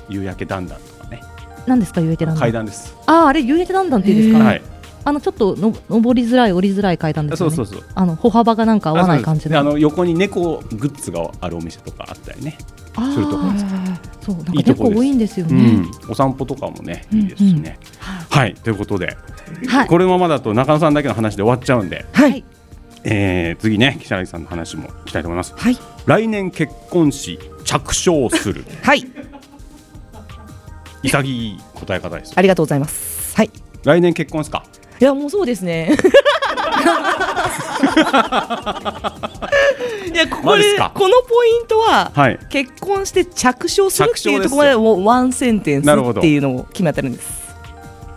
Speaker 3: 夕焼けだんだんとかね
Speaker 1: 何ですか遊泳手なんだ
Speaker 3: 階段です
Speaker 1: あああれ遊泳手なんだっていうんですか、
Speaker 3: はい
Speaker 1: あのちょっとの登りづらい降りづらい階段です
Speaker 3: そ
Speaker 1: よ
Speaker 3: う
Speaker 1: ね
Speaker 3: そうそう
Speaker 1: あの歩幅がなんか合わない感じの
Speaker 3: あそうですであの横に猫グッズがあるお店とかあったりね、
Speaker 1: あー
Speaker 3: するところです
Speaker 1: そうなんか
Speaker 3: いいと
Speaker 1: 結
Speaker 3: こ
Speaker 1: 構
Speaker 3: です
Speaker 1: 多いんですよ
Speaker 3: う
Speaker 1: ね
Speaker 3: ん、お散歩とかもねいいですしね、はいということで、
Speaker 1: はい
Speaker 3: このままだと中野さんだけの話で終わっちゃうんで、
Speaker 1: はい
Speaker 3: えー次ね岸原さんの話も聞きたいと思います、
Speaker 2: はい
Speaker 3: 来年結婚し着床 する
Speaker 2: うはい
Speaker 3: 潔い答え方です
Speaker 2: ありがとうございますはい
Speaker 3: 来年結婚ですか
Speaker 2: いやもうそうです ねいやここ
Speaker 3: マジっ
Speaker 2: です
Speaker 3: か
Speaker 2: このポイントは、
Speaker 3: はい
Speaker 2: 結婚して着床するっていうところま
Speaker 3: 着床です
Speaker 2: で
Speaker 3: よ
Speaker 2: もうワンセンテンス
Speaker 3: なるほ
Speaker 2: っ
Speaker 3: ど
Speaker 2: ていうのを決まってるんです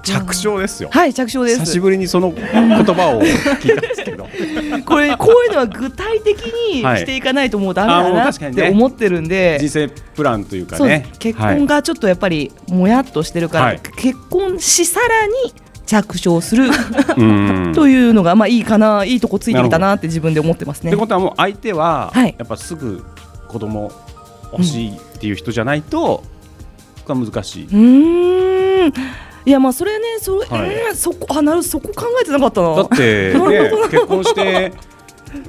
Speaker 3: 着床ですよ、
Speaker 2: はい着床で
Speaker 3: 久し
Speaker 2: す
Speaker 3: ぶりにその言葉を聞いたんですけ ど
Speaker 2: これこういうのは具体的に
Speaker 3: はい
Speaker 2: していかないともうダメだ
Speaker 3: あもう
Speaker 2: なっ
Speaker 3: 確かにね
Speaker 2: て思ってるんで、
Speaker 3: 人生プランというか
Speaker 2: そうで
Speaker 3: ね
Speaker 2: す結
Speaker 3: はい
Speaker 2: 婚がちょっとやっぱりもやっとしてるから、
Speaker 3: はい
Speaker 2: 結婚しさらに着床する
Speaker 3: うん
Speaker 2: というのがまあいいかないいとこついてきたなって自分で思ってます
Speaker 3: っ
Speaker 2: ね
Speaker 3: て。ことはもう相手は、
Speaker 2: はい
Speaker 3: やっぱすぐ子供欲しいっていう人じゃないと、これは難しい、
Speaker 2: うーんいやまあそれねそれ、
Speaker 3: はい
Speaker 2: うんそこあなるそこ考えてなかったな。
Speaker 3: だって、
Speaker 2: なる
Speaker 3: ね
Speaker 2: ほど、
Speaker 3: 結婚して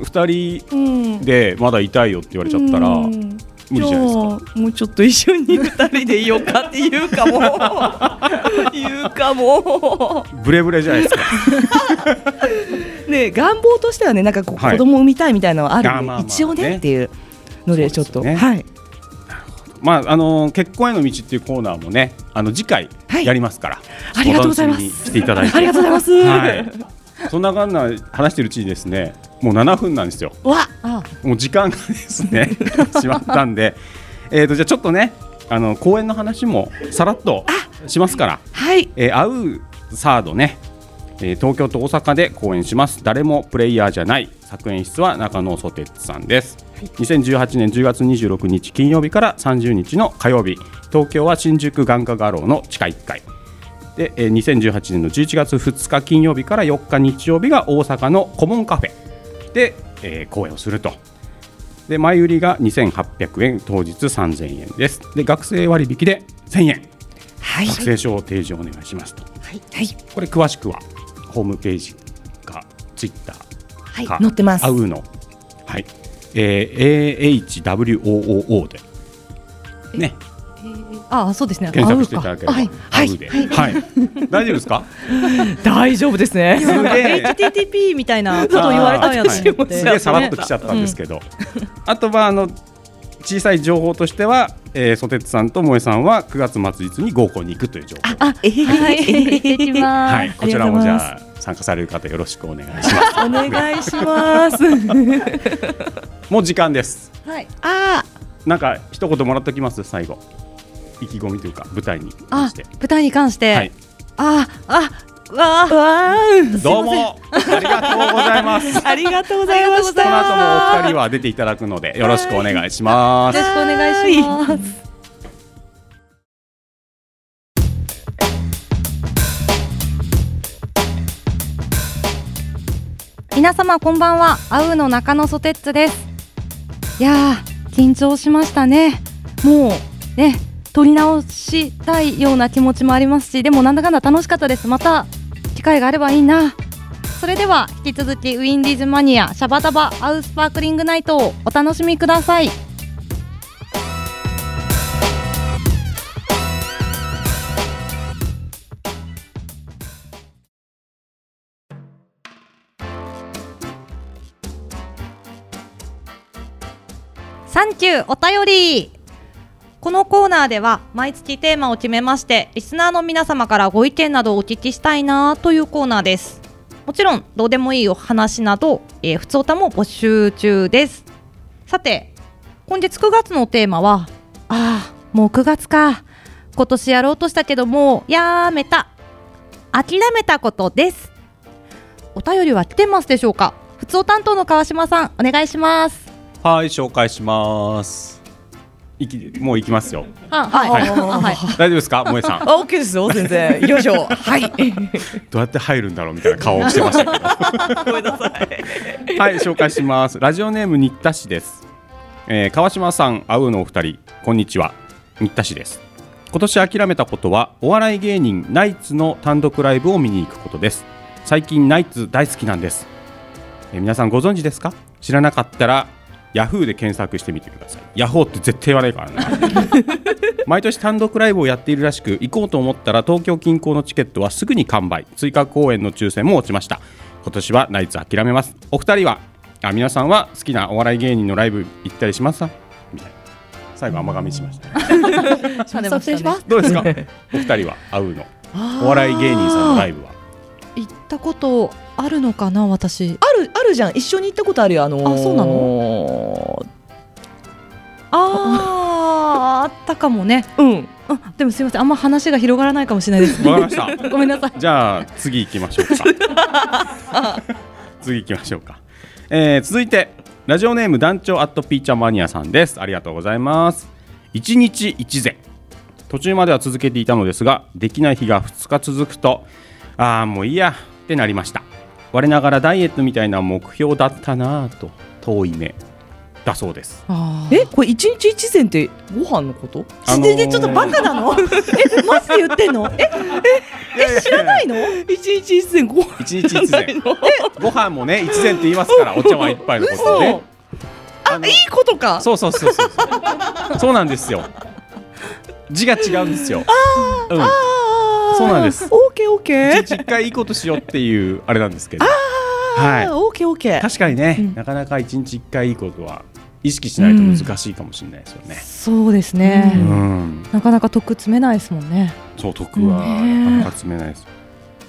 Speaker 3: 2
Speaker 2: う
Speaker 3: 人
Speaker 2: ん
Speaker 3: でまだ痛いよって言われちゃったら
Speaker 2: うん
Speaker 3: 無理じゃないですか。
Speaker 2: じゃあもうちょっと一緒に二人でいようかっていうか も言うかも
Speaker 3: ブレブレじゃないですか。
Speaker 2: ね願望としてはねなんかこう
Speaker 3: はい
Speaker 2: 子供を産みたいみたいなのはあるんで、
Speaker 3: あまあまあ
Speaker 2: 一応ね
Speaker 3: ね
Speaker 2: っていうのでちょっ
Speaker 3: そ
Speaker 2: と
Speaker 3: うですよね
Speaker 2: はい
Speaker 3: まああのー結婚への道っていうコーナーもね、あの次回
Speaker 2: はい
Speaker 3: やりますから、
Speaker 2: ありがとうございます
Speaker 3: お楽しみにしていただいて、
Speaker 2: ありがとうございます。
Speaker 3: はい。そんなこんな話してるうちにですね、もう7分なんですよ。
Speaker 2: わ
Speaker 1: あ
Speaker 3: もう時間がですね、 しまったんで、えーとじゃあちょっとね、あの公演の話もさらっとしますから、
Speaker 2: はい
Speaker 3: えー、アウサードね、えー東京と大阪で公演します誰もプレイヤーじゃない作演出は中野ソテツさんです、2018年10月26日金曜日から30日の火曜日東京は新宿眼科画廊の地下1階で、えー2018年の11月2日金曜日から4日日曜日が大阪のコモンカフェで、えー公演をするとで前売りが2800円当日3000円ですで学生割引で1000円
Speaker 2: はい
Speaker 3: 学生証を提示お願いしますと、
Speaker 2: はい
Speaker 3: これ詳しくはホームページかツイッターか、
Speaker 2: はい載ってます
Speaker 3: アウのはい、えー、AHWOOO でね
Speaker 1: ああそうですね
Speaker 3: 検索していただければ
Speaker 1: 合うか
Speaker 3: アウではい、大丈夫ですか
Speaker 2: 大丈夫ですね。
Speaker 3: すげえ
Speaker 1: はい HTTP みたいなこ
Speaker 3: ちょっ
Speaker 1: と言われたんやと
Speaker 3: す
Speaker 1: 思って
Speaker 3: げえさらっと来ちゃったんですけど、あとはあの小さい情報としては、えー、ソテツさんと萌えさんは9月末日に合コンに行くという情報
Speaker 1: あはい行ってきます
Speaker 3: はい、こちらもじゃあ参加される方よろしくお願いします。
Speaker 2: お願いします。
Speaker 3: もう時間です。
Speaker 1: はい
Speaker 2: あ
Speaker 3: なんか一言もらっときます最後意気込みというか舞台に関
Speaker 1: あ
Speaker 3: して、
Speaker 1: 舞台に関して、
Speaker 3: はい
Speaker 1: ああわあ
Speaker 3: どうもありがとうございますこ
Speaker 2: ありがとうございました。
Speaker 3: の後もお二人は出ていただくのでよろしくお願いします
Speaker 1: よろしくお願いします。皆様こんばんは、あうの中野ソテッツです。いやー、緊張しましたね。もうね、撮り直したいような気持ちもありますし、でもなんだかんだ楽しかったです。また機会があればいいな。それでは引き続きウィンディーズマニアシャバダバアウスパークリングナイトをお楽しみください。サンキューお便りこのコーナーでは毎月テーマを決めましてリスナーの皆様からご意見などをお聞きしたいなというコーナーですもちろんどうでもいいお話など、えー、普通歌も募集中ですさて今月9月のテーマはあーもう9月か今年やろうとしたけどもうやめた諦めたことですお便りは来てますでしょうか普通担当の川島さんお願いします
Speaker 3: はい紹介しますいきもう行きますよ
Speaker 1: あはい
Speaker 3: はい
Speaker 1: あはい
Speaker 3: 大丈夫ですか萌えさん
Speaker 2: あ、オッケーですよ、全然。よいしょ。はい。
Speaker 3: どうやって入るんだろうみたいな顔をしてましたけどごめんなさいはい紹介しますラジオネーム新田氏です、えー川島さん会うのお二人こんにちは新田氏です今年諦めたことはお笑い芸人ナイツの単独ライブを見に行くことです最近ナイツ大好きなんです、えー皆さんご存知ですか知らなかったらヤフーで検索してみてくださいヤホーって絶対言わないからね毎年単独ライブをやっているらしく行こうと思ったら東京近郊のチケットはすぐに完売追加公演の抽選も落ちました今年はナイツ諦めますお二人はあ皆さんは好きなお笑い芸人のライブ行ったりしますかみたいな最後甘噛みしましたね
Speaker 1: 失礼します
Speaker 3: どうですかお二人は会うのお笑い芸人さんのライブは
Speaker 1: 行ったことあるのかな私
Speaker 2: ある、あるじゃん。一緒に行ったことあるよ。あのー
Speaker 1: あそうな
Speaker 2: の
Speaker 1: あーあったかもね
Speaker 2: うん。
Speaker 1: あでもすいませんあんま話が広がらないかもしれないです
Speaker 3: わかりまし た
Speaker 1: ごめんなさい
Speaker 3: じゃあ次行きましょうか次行きましょうか、えー続いてラジオネーム団長アットピーチャーマニアさんですありがとうございます一日一善途中までは続けていたのですができない日が2日続くとああもういいやってなりました我ながらダイエットみたいな目標だったなぁと遠い目だそうです
Speaker 1: あー
Speaker 2: え、これ一日一膳ってご飯のこと？
Speaker 3: あのー
Speaker 10: 全然ちょっとバカなのえマジで言って んのええ知らないの
Speaker 2: 一日一膳ご飯
Speaker 3: 一日一
Speaker 2: じゃない
Speaker 3: 善
Speaker 2: の？
Speaker 3: ご飯もね一膳って言いますからお茶碗一杯のことで、ね、あの
Speaker 2: いいことか。
Speaker 3: そうそうそうそうそう。そうなんですよ。字が違うんですよ。うん、そうなんです。
Speaker 2: オーケーオーケー。
Speaker 3: 一回いいことしようっていうあれなんですけど。は
Speaker 2: オーケーオーケ
Speaker 3: い。
Speaker 2: ー。
Speaker 3: 確かにね、なかなか一日一回いいことは意識しないと難しいかもしれないですよね。
Speaker 1: そうです
Speaker 3: う
Speaker 1: ね、
Speaker 3: ん。
Speaker 1: なかなか得詰めないですもんね
Speaker 3: そう得はなかなか詰めないです。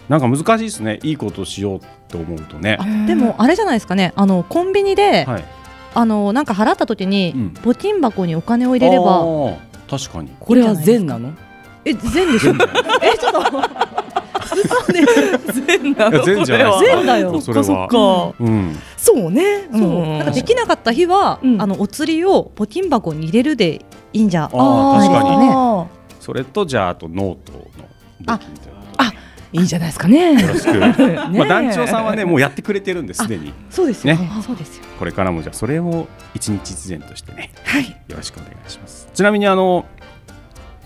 Speaker 3: なんか難しいですね。いいことしようと思うとね。
Speaker 1: あでもあれじゃないですかねあのコンビニで、
Speaker 3: はい。
Speaker 1: あのなんか払った時に、
Speaker 3: うん
Speaker 1: 募金箱にお金を入れれば
Speaker 3: あー。確かに。
Speaker 2: これは善なの？
Speaker 1: え全でしょえちょっと
Speaker 2: 善ない
Speaker 3: や善じゃない
Speaker 2: これは
Speaker 1: 善だよ
Speaker 3: それは
Speaker 2: そっかそっか。
Speaker 3: うん。
Speaker 2: そうね。
Speaker 1: そう、なんかできなかった日は、
Speaker 2: うん
Speaker 1: あのお釣りを募金箱に入れるでいいんじゃ
Speaker 3: あー確かに
Speaker 1: ね
Speaker 3: それとじゃああとノートの募金ということで
Speaker 2: に。いいんじゃないですかね。
Speaker 3: よろしく。 まあ団長さんはねもうやってくれてるんですすでに。
Speaker 1: そうですよね
Speaker 3: ね
Speaker 1: あそうですよ
Speaker 3: これからもじゃあそれを一日一善としてね
Speaker 2: はい。
Speaker 3: よろしくお願いします。ちなみにあの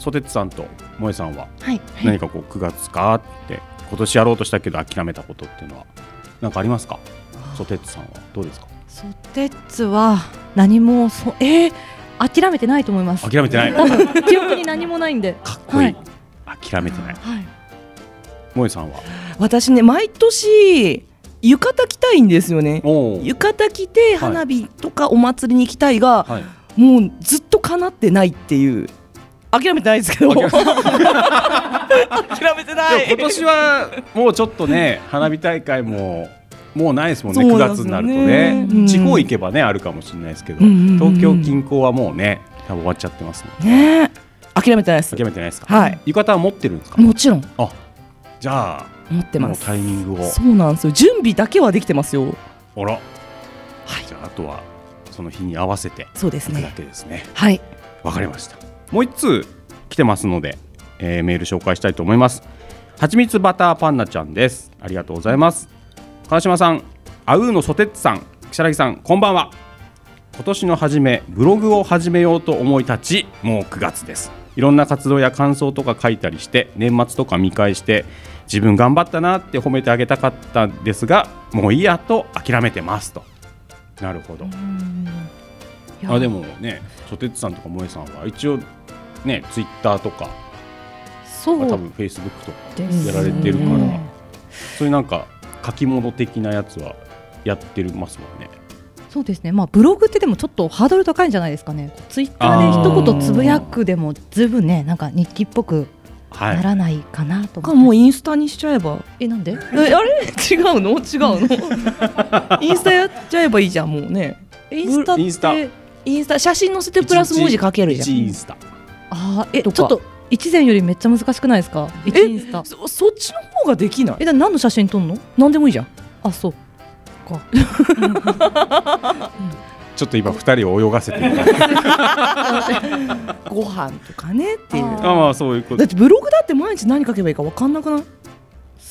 Speaker 3: ソテツさんと萌えさんは
Speaker 1: はい
Speaker 3: 何かこう9月かって今年やろうとしたけど諦めたことっていうのはなんかありますか？ソテツさんはどうですか？
Speaker 1: ソテツは何もそえー、諦めてないと思います。
Speaker 3: 諦めてない。
Speaker 1: 多
Speaker 3: か
Speaker 1: 分記憶に何もないんで。
Speaker 3: っこいい
Speaker 1: は。
Speaker 3: 諦めてない。
Speaker 1: はい。
Speaker 3: 萌えさんは。
Speaker 2: 私ね毎年浴衣着たいんですよね。
Speaker 3: おお。
Speaker 2: 浴衣着て花火とかお祭りに行きたいが、
Speaker 3: はい。
Speaker 2: もうずっと叶ってないっていう諦めてないですけど
Speaker 3: 諦
Speaker 2: 諦
Speaker 3: めて
Speaker 2: めてな
Speaker 3: でも今年はもうちょっと ね花火大会ももうないですもんね
Speaker 2: そ
Speaker 3: 9
Speaker 2: うなんですよね
Speaker 3: 月になるとね、
Speaker 2: うん
Speaker 3: 地方行けばねあるかもしれないですけど、
Speaker 2: うんうんうん
Speaker 3: 東京近郊はもうね多分終わっちゃってます ね
Speaker 2: ねえ諦めてないです
Speaker 3: 諦めてないですか
Speaker 2: はい
Speaker 3: 浴衣は持ってるんですか
Speaker 2: もちろん
Speaker 3: あじゃあ
Speaker 2: 持ってます
Speaker 3: もうタイミングを
Speaker 2: そうなんですよ準備だけはできてますよ
Speaker 3: あら、じゃああとはその日に合わせて
Speaker 2: そうですね
Speaker 3: いくだけですね
Speaker 2: はい
Speaker 3: わかりましたもう一通来てますので、えーメール紹介したいと思いますはちみつバターパンナちゃんですありがとうございます川島さんあうーのソテッツさん木更木さんこんばんは今年の初めブログを始めようと思い立ちもう9月ですいろんな活動や感想とか書いたりして年末とか見返して自分頑張ったなって褒めてあげたかったんですがもういいやと諦めてますとなるほど
Speaker 1: いや
Speaker 3: あでもねソテツさんとか萌えさんは一応ねツイッターとか
Speaker 1: そ
Speaker 3: まあ多
Speaker 1: う
Speaker 3: 分フェイスブックとか
Speaker 1: です
Speaker 3: やられてるから、
Speaker 1: ね
Speaker 3: そういうなんか書き物的なやつはやってますもんね
Speaker 1: そうですね、まあ、ブログってでもちょっとハードル高いんじゃないですかね、ツイッターで一言つぶやくでも、ずいぶんね、なんか日記っぽく
Speaker 3: は
Speaker 1: ないらないかなと思
Speaker 2: か
Speaker 1: って
Speaker 2: もうインスタにしちゃえば
Speaker 1: えなんで
Speaker 2: えあれ違うの違うのインスタやっちゃえばいいじゃんもうねインスタって
Speaker 3: インスタ
Speaker 2: インスタ写真載せてプラス文字書けるじゃ
Speaker 3: 一イ
Speaker 2: ん
Speaker 3: ンスタ
Speaker 1: あーえちょ
Speaker 2: と
Speaker 1: っ
Speaker 2: か
Speaker 1: と一前よりめっちゃ難しくないですか一インスタ
Speaker 2: そそっちの方ができない
Speaker 1: えだ何の写真撮んの
Speaker 2: なんでもいいじゃん
Speaker 1: あそう
Speaker 3: ちょっと今二人を泳がせて みた
Speaker 2: ご飯とかねっていう
Speaker 3: あまあそういうこ
Speaker 2: だ
Speaker 3: と
Speaker 2: ってブログだって毎日何書けばいいか分かんなくない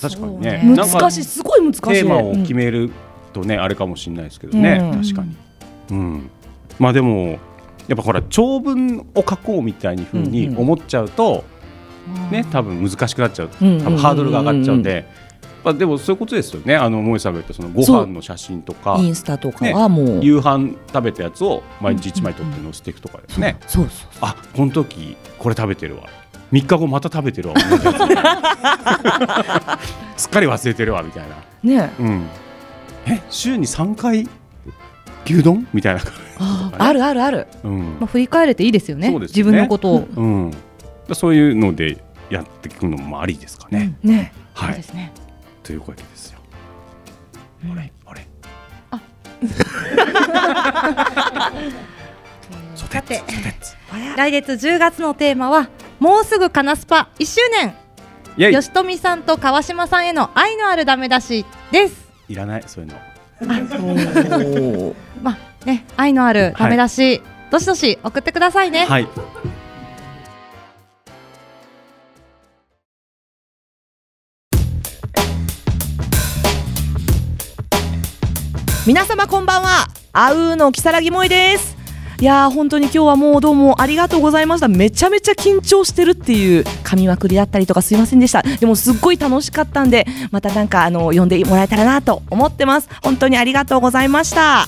Speaker 3: 確かにね
Speaker 1: そうね
Speaker 3: なんか
Speaker 2: 難しいすごい難しい
Speaker 3: テーマを
Speaker 2: うん
Speaker 3: 決めるとね、あれかもしれないですけどね、
Speaker 2: うん
Speaker 3: 確かに、うん、まあでもやっぱほら長文を書こうみたいに風に
Speaker 2: うんうん
Speaker 3: 思っちゃうと、ね多分難しくなっちゃう多
Speaker 2: うんうんうんうん
Speaker 3: 分ハードルが上がっちゃうんで、まあ、でもそういうことですよねあの萌えさんが言ったそのご
Speaker 2: そう
Speaker 3: 飯の写真とか
Speaker 2: インスタとかはもう、
Speaker 3: 夕飯食べたやつを毎日1枚撮って載せていくとかですね、
Speaker 2: そうそう
Speaker 3: あこの時これ食べてるわ3日後また食べてるわ同じや つすっかり忘れてるわみたいな。
Speaker 2: ね
Speaker 3: うん、え週に3回牛丼みたいな感
Speaker 1: あ
Speaker 3: じ
Speaker 1: ー、
Speaker 3: とか
Speaker 2: あ
Speaker 3: ね
Speaker 2: るあるある
Speaker 3: うん
Speaker 1: まあ、振り返れていいですよね
Speaker 3: そうですね
Speaker 1: 自分のことを
Speaker 3: うん、だそういうのでやっていくのもありですかね。
Speaker 2: ね
Speaker 3: は
Speaker 1: そう
Speaker 3: い
Speaker 1: ですね
Speaker 3: というわけですよ。あれあれ
Speaker 1: あ
Speaker 3: ソテツソテツ
Speaker 1: 来月10月のテーマはもうすぐカナスパ1周年
Speaker 3: いやい
Speaker 1: 吉富さんと川島さんへの愛のあるダメ出しです
Speaker 3: いらないそういうの
Speaker 1: まあね愛のあるダメ出し、どしどし送ってくださいね、
Speaker 3: はい
Speaker 2: 皆様こんばんはあうの木更木萌ですいやー本当に今日はもうどうもありがとうございましためちゃめちゃ緊張してるっていう噛みまくりだったりとかすいませんでしたでもすっごい楽しかったんでまたなんかあの呼んでもらえたらなと思ってます本当にありがとうございました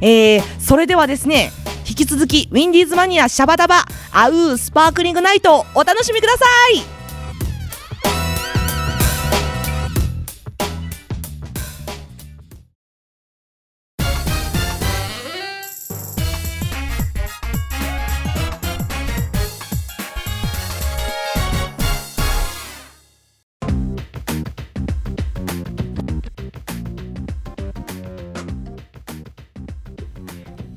Speaker 2: えー、それではですね引き続きウィンディーズマニアシャバダバあうスパークリングナイトをお楽しみください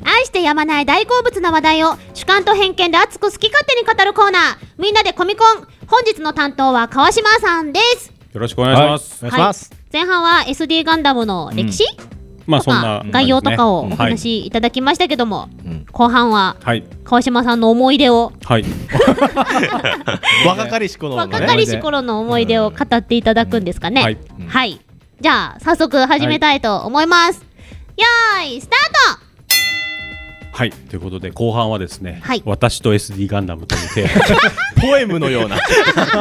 Speaker 5: 愛してやまない大好物な話題を主観と偏見で熱く好き勝手に語るコーナーみんなでコミコン本日の担当は川島さんです
Speaker 3: よろしくお願いします。
Speaker 6: はいお願いします。
Speaker 5: 前半は SD ガンダムの歴史、
Speaker 3: まあ
Speaker 5: と
Speaker 3: そん
Speaker 5: か
Speaker 3: な
Speaker 5: 概要とかをお
Speaker 3: はい
Speaker 5: 話しいただきましたけども、
Speaker 6: うん
Speaker 5: 後半は
Speaker 3: はい
Speaker 5: 川島さんの思い出を
Speaker 3: はい
Speaker 6: 若かりし頃のね
Speaker 5: 若かりし頃の思い出を語っていただくんですかね、
Speaker 3: うん
Speaker 5: は
Speaker 3: はいい、
Speaker 5: じゃあ早速始めたいと思います、よーいスタート
Speaker 3: はいということで後半はですね、
Speaker 5: はい
Speaker 3: 私と SD ガンダムというテーマで
Speaker 6: ポエムのような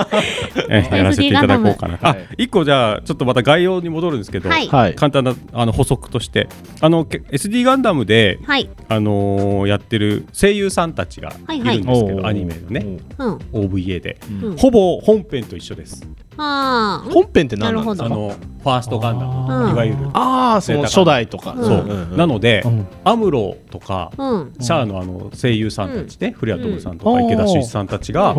Speaker 3: えやらせていただこうかな。
Speaker 6: ガンダ
Speaker 3: あ
Speaker 6: ム、
Speaker 3: 一個じゃあちょっとまた概要に戻るんですけど、
Speaker 5: はい
Speaker 6: はい
Speaker 3: 簡単なあの補足として、あのけ SD ガンダムで
Speaker 5: はい
Speaker 3: あのーやってる声優さんたちが
Speaker 5: はい
Speaker 3: い
Speaker 5: はい
Speaker 3: るんですけど、アニメのね、
Speaker 5: うん、
Speaker 3: OVA で
Speaker 5: う、ん
Speaker 3: ほぼ本編と一緒です。
Speaker 5: あー
Speaker 6: 本編って何なんです
Speaker 5: な
Speaker 3: あ
Speaker 5: る
Speaker 6: か
Speaker 3: のファーストガンダ
Speaker 5: うん
Speaker 3: ム、いわゆる。
Speaker 6: ああその初代とか
Speaker 5: うん
Speaker 3: そう、な
Speaker 6: の
Speaker 3: ので、
Speaker 9: うん
Speaker 3: アムロとか、
Speaker 5: うん
Speaker 3: シャアのあの声優さんたちね、古谷徹さんと
Speaker 6: う
Speaker 3: か
Speaker 6: ん
Speaker 3: 池田修一さんたちが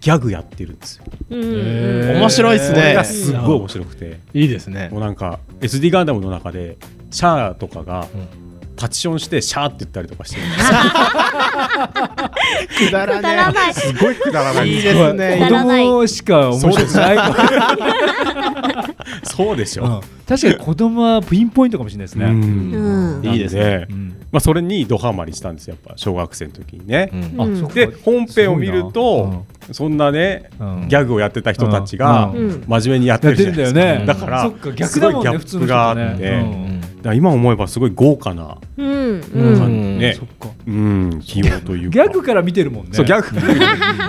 Speaker 3: ギャグやってるんですよ。
Speaker 5: うん
Speaker 6: 面白いっす
Speaker 3: これ
Speaker 6: ね
Speaker 3: がすっごい面白くて、
Speaker 6: いいですね
Speaker 3: もうなんか SD ガンダムの中でシャアとかが
Speaker 9: うん
Speaker 3: タッチションしてシャーって言ったりとかしてる
Speaker 6: くだら
Speaker 5: くだらない
Speaker 3: すごいくだらない
Speaker 6: いいですね
Speaker 7: 子供しか面白くないから
Speaker 3: そうでし
Speaker 7: うん
Speaker 3: ょ、
Speaker 7: 確かに子供はピンポイントかもしれないです
Speaker 3: う
Speaker 7: ね。
Speaker 3: んいいですね、
Speaker 7: うん
Speaker 3: まあ、それにドハマりしたんですよやっぱ小学生の時にね、
Speaker 6: うん
Speaker 5: う
Speaker 7: あ
Speaker 5: ん
Speaker 7: そっか
Speaker 3: で本編を見ると、そんなね
Speaker 7: うん
Speaker 3: ギャグをやってた人たちが
Speaker 7: うん
Speaker 5: うん
Speaker 3: 真面目にやって
Speaker 7: やっ
Speaker 3: るじ
Speaker 7: て
Speaker 3: ゃ
Speaker 7: ん
Speaker 3: ないですか,、
Speaker 7: だよね。
Speaker 3: だから、
Speaker 7: そっか逆だもん
Speaker 3: すごいギャ
Speaker 7: ね
Speaker 3: ッ
Speaker 7: 普通の
Speaker 3: プが
Speaker 7: 人と
Speaker 3: あ
Speaker 7: ね
Speaker 3: って、
Speaker 7: うん
Speaker 3: だから今思えばすごい豪華な、
Speaker 5: うん
Speaker 3: う
Speaker 5: うん
Speaker 3: んね
Speaker 7: そっか
Speaker 3: うん、起用というか
Speaker 7: ギャグから見てるもんね。
Speaker 3: そうギャ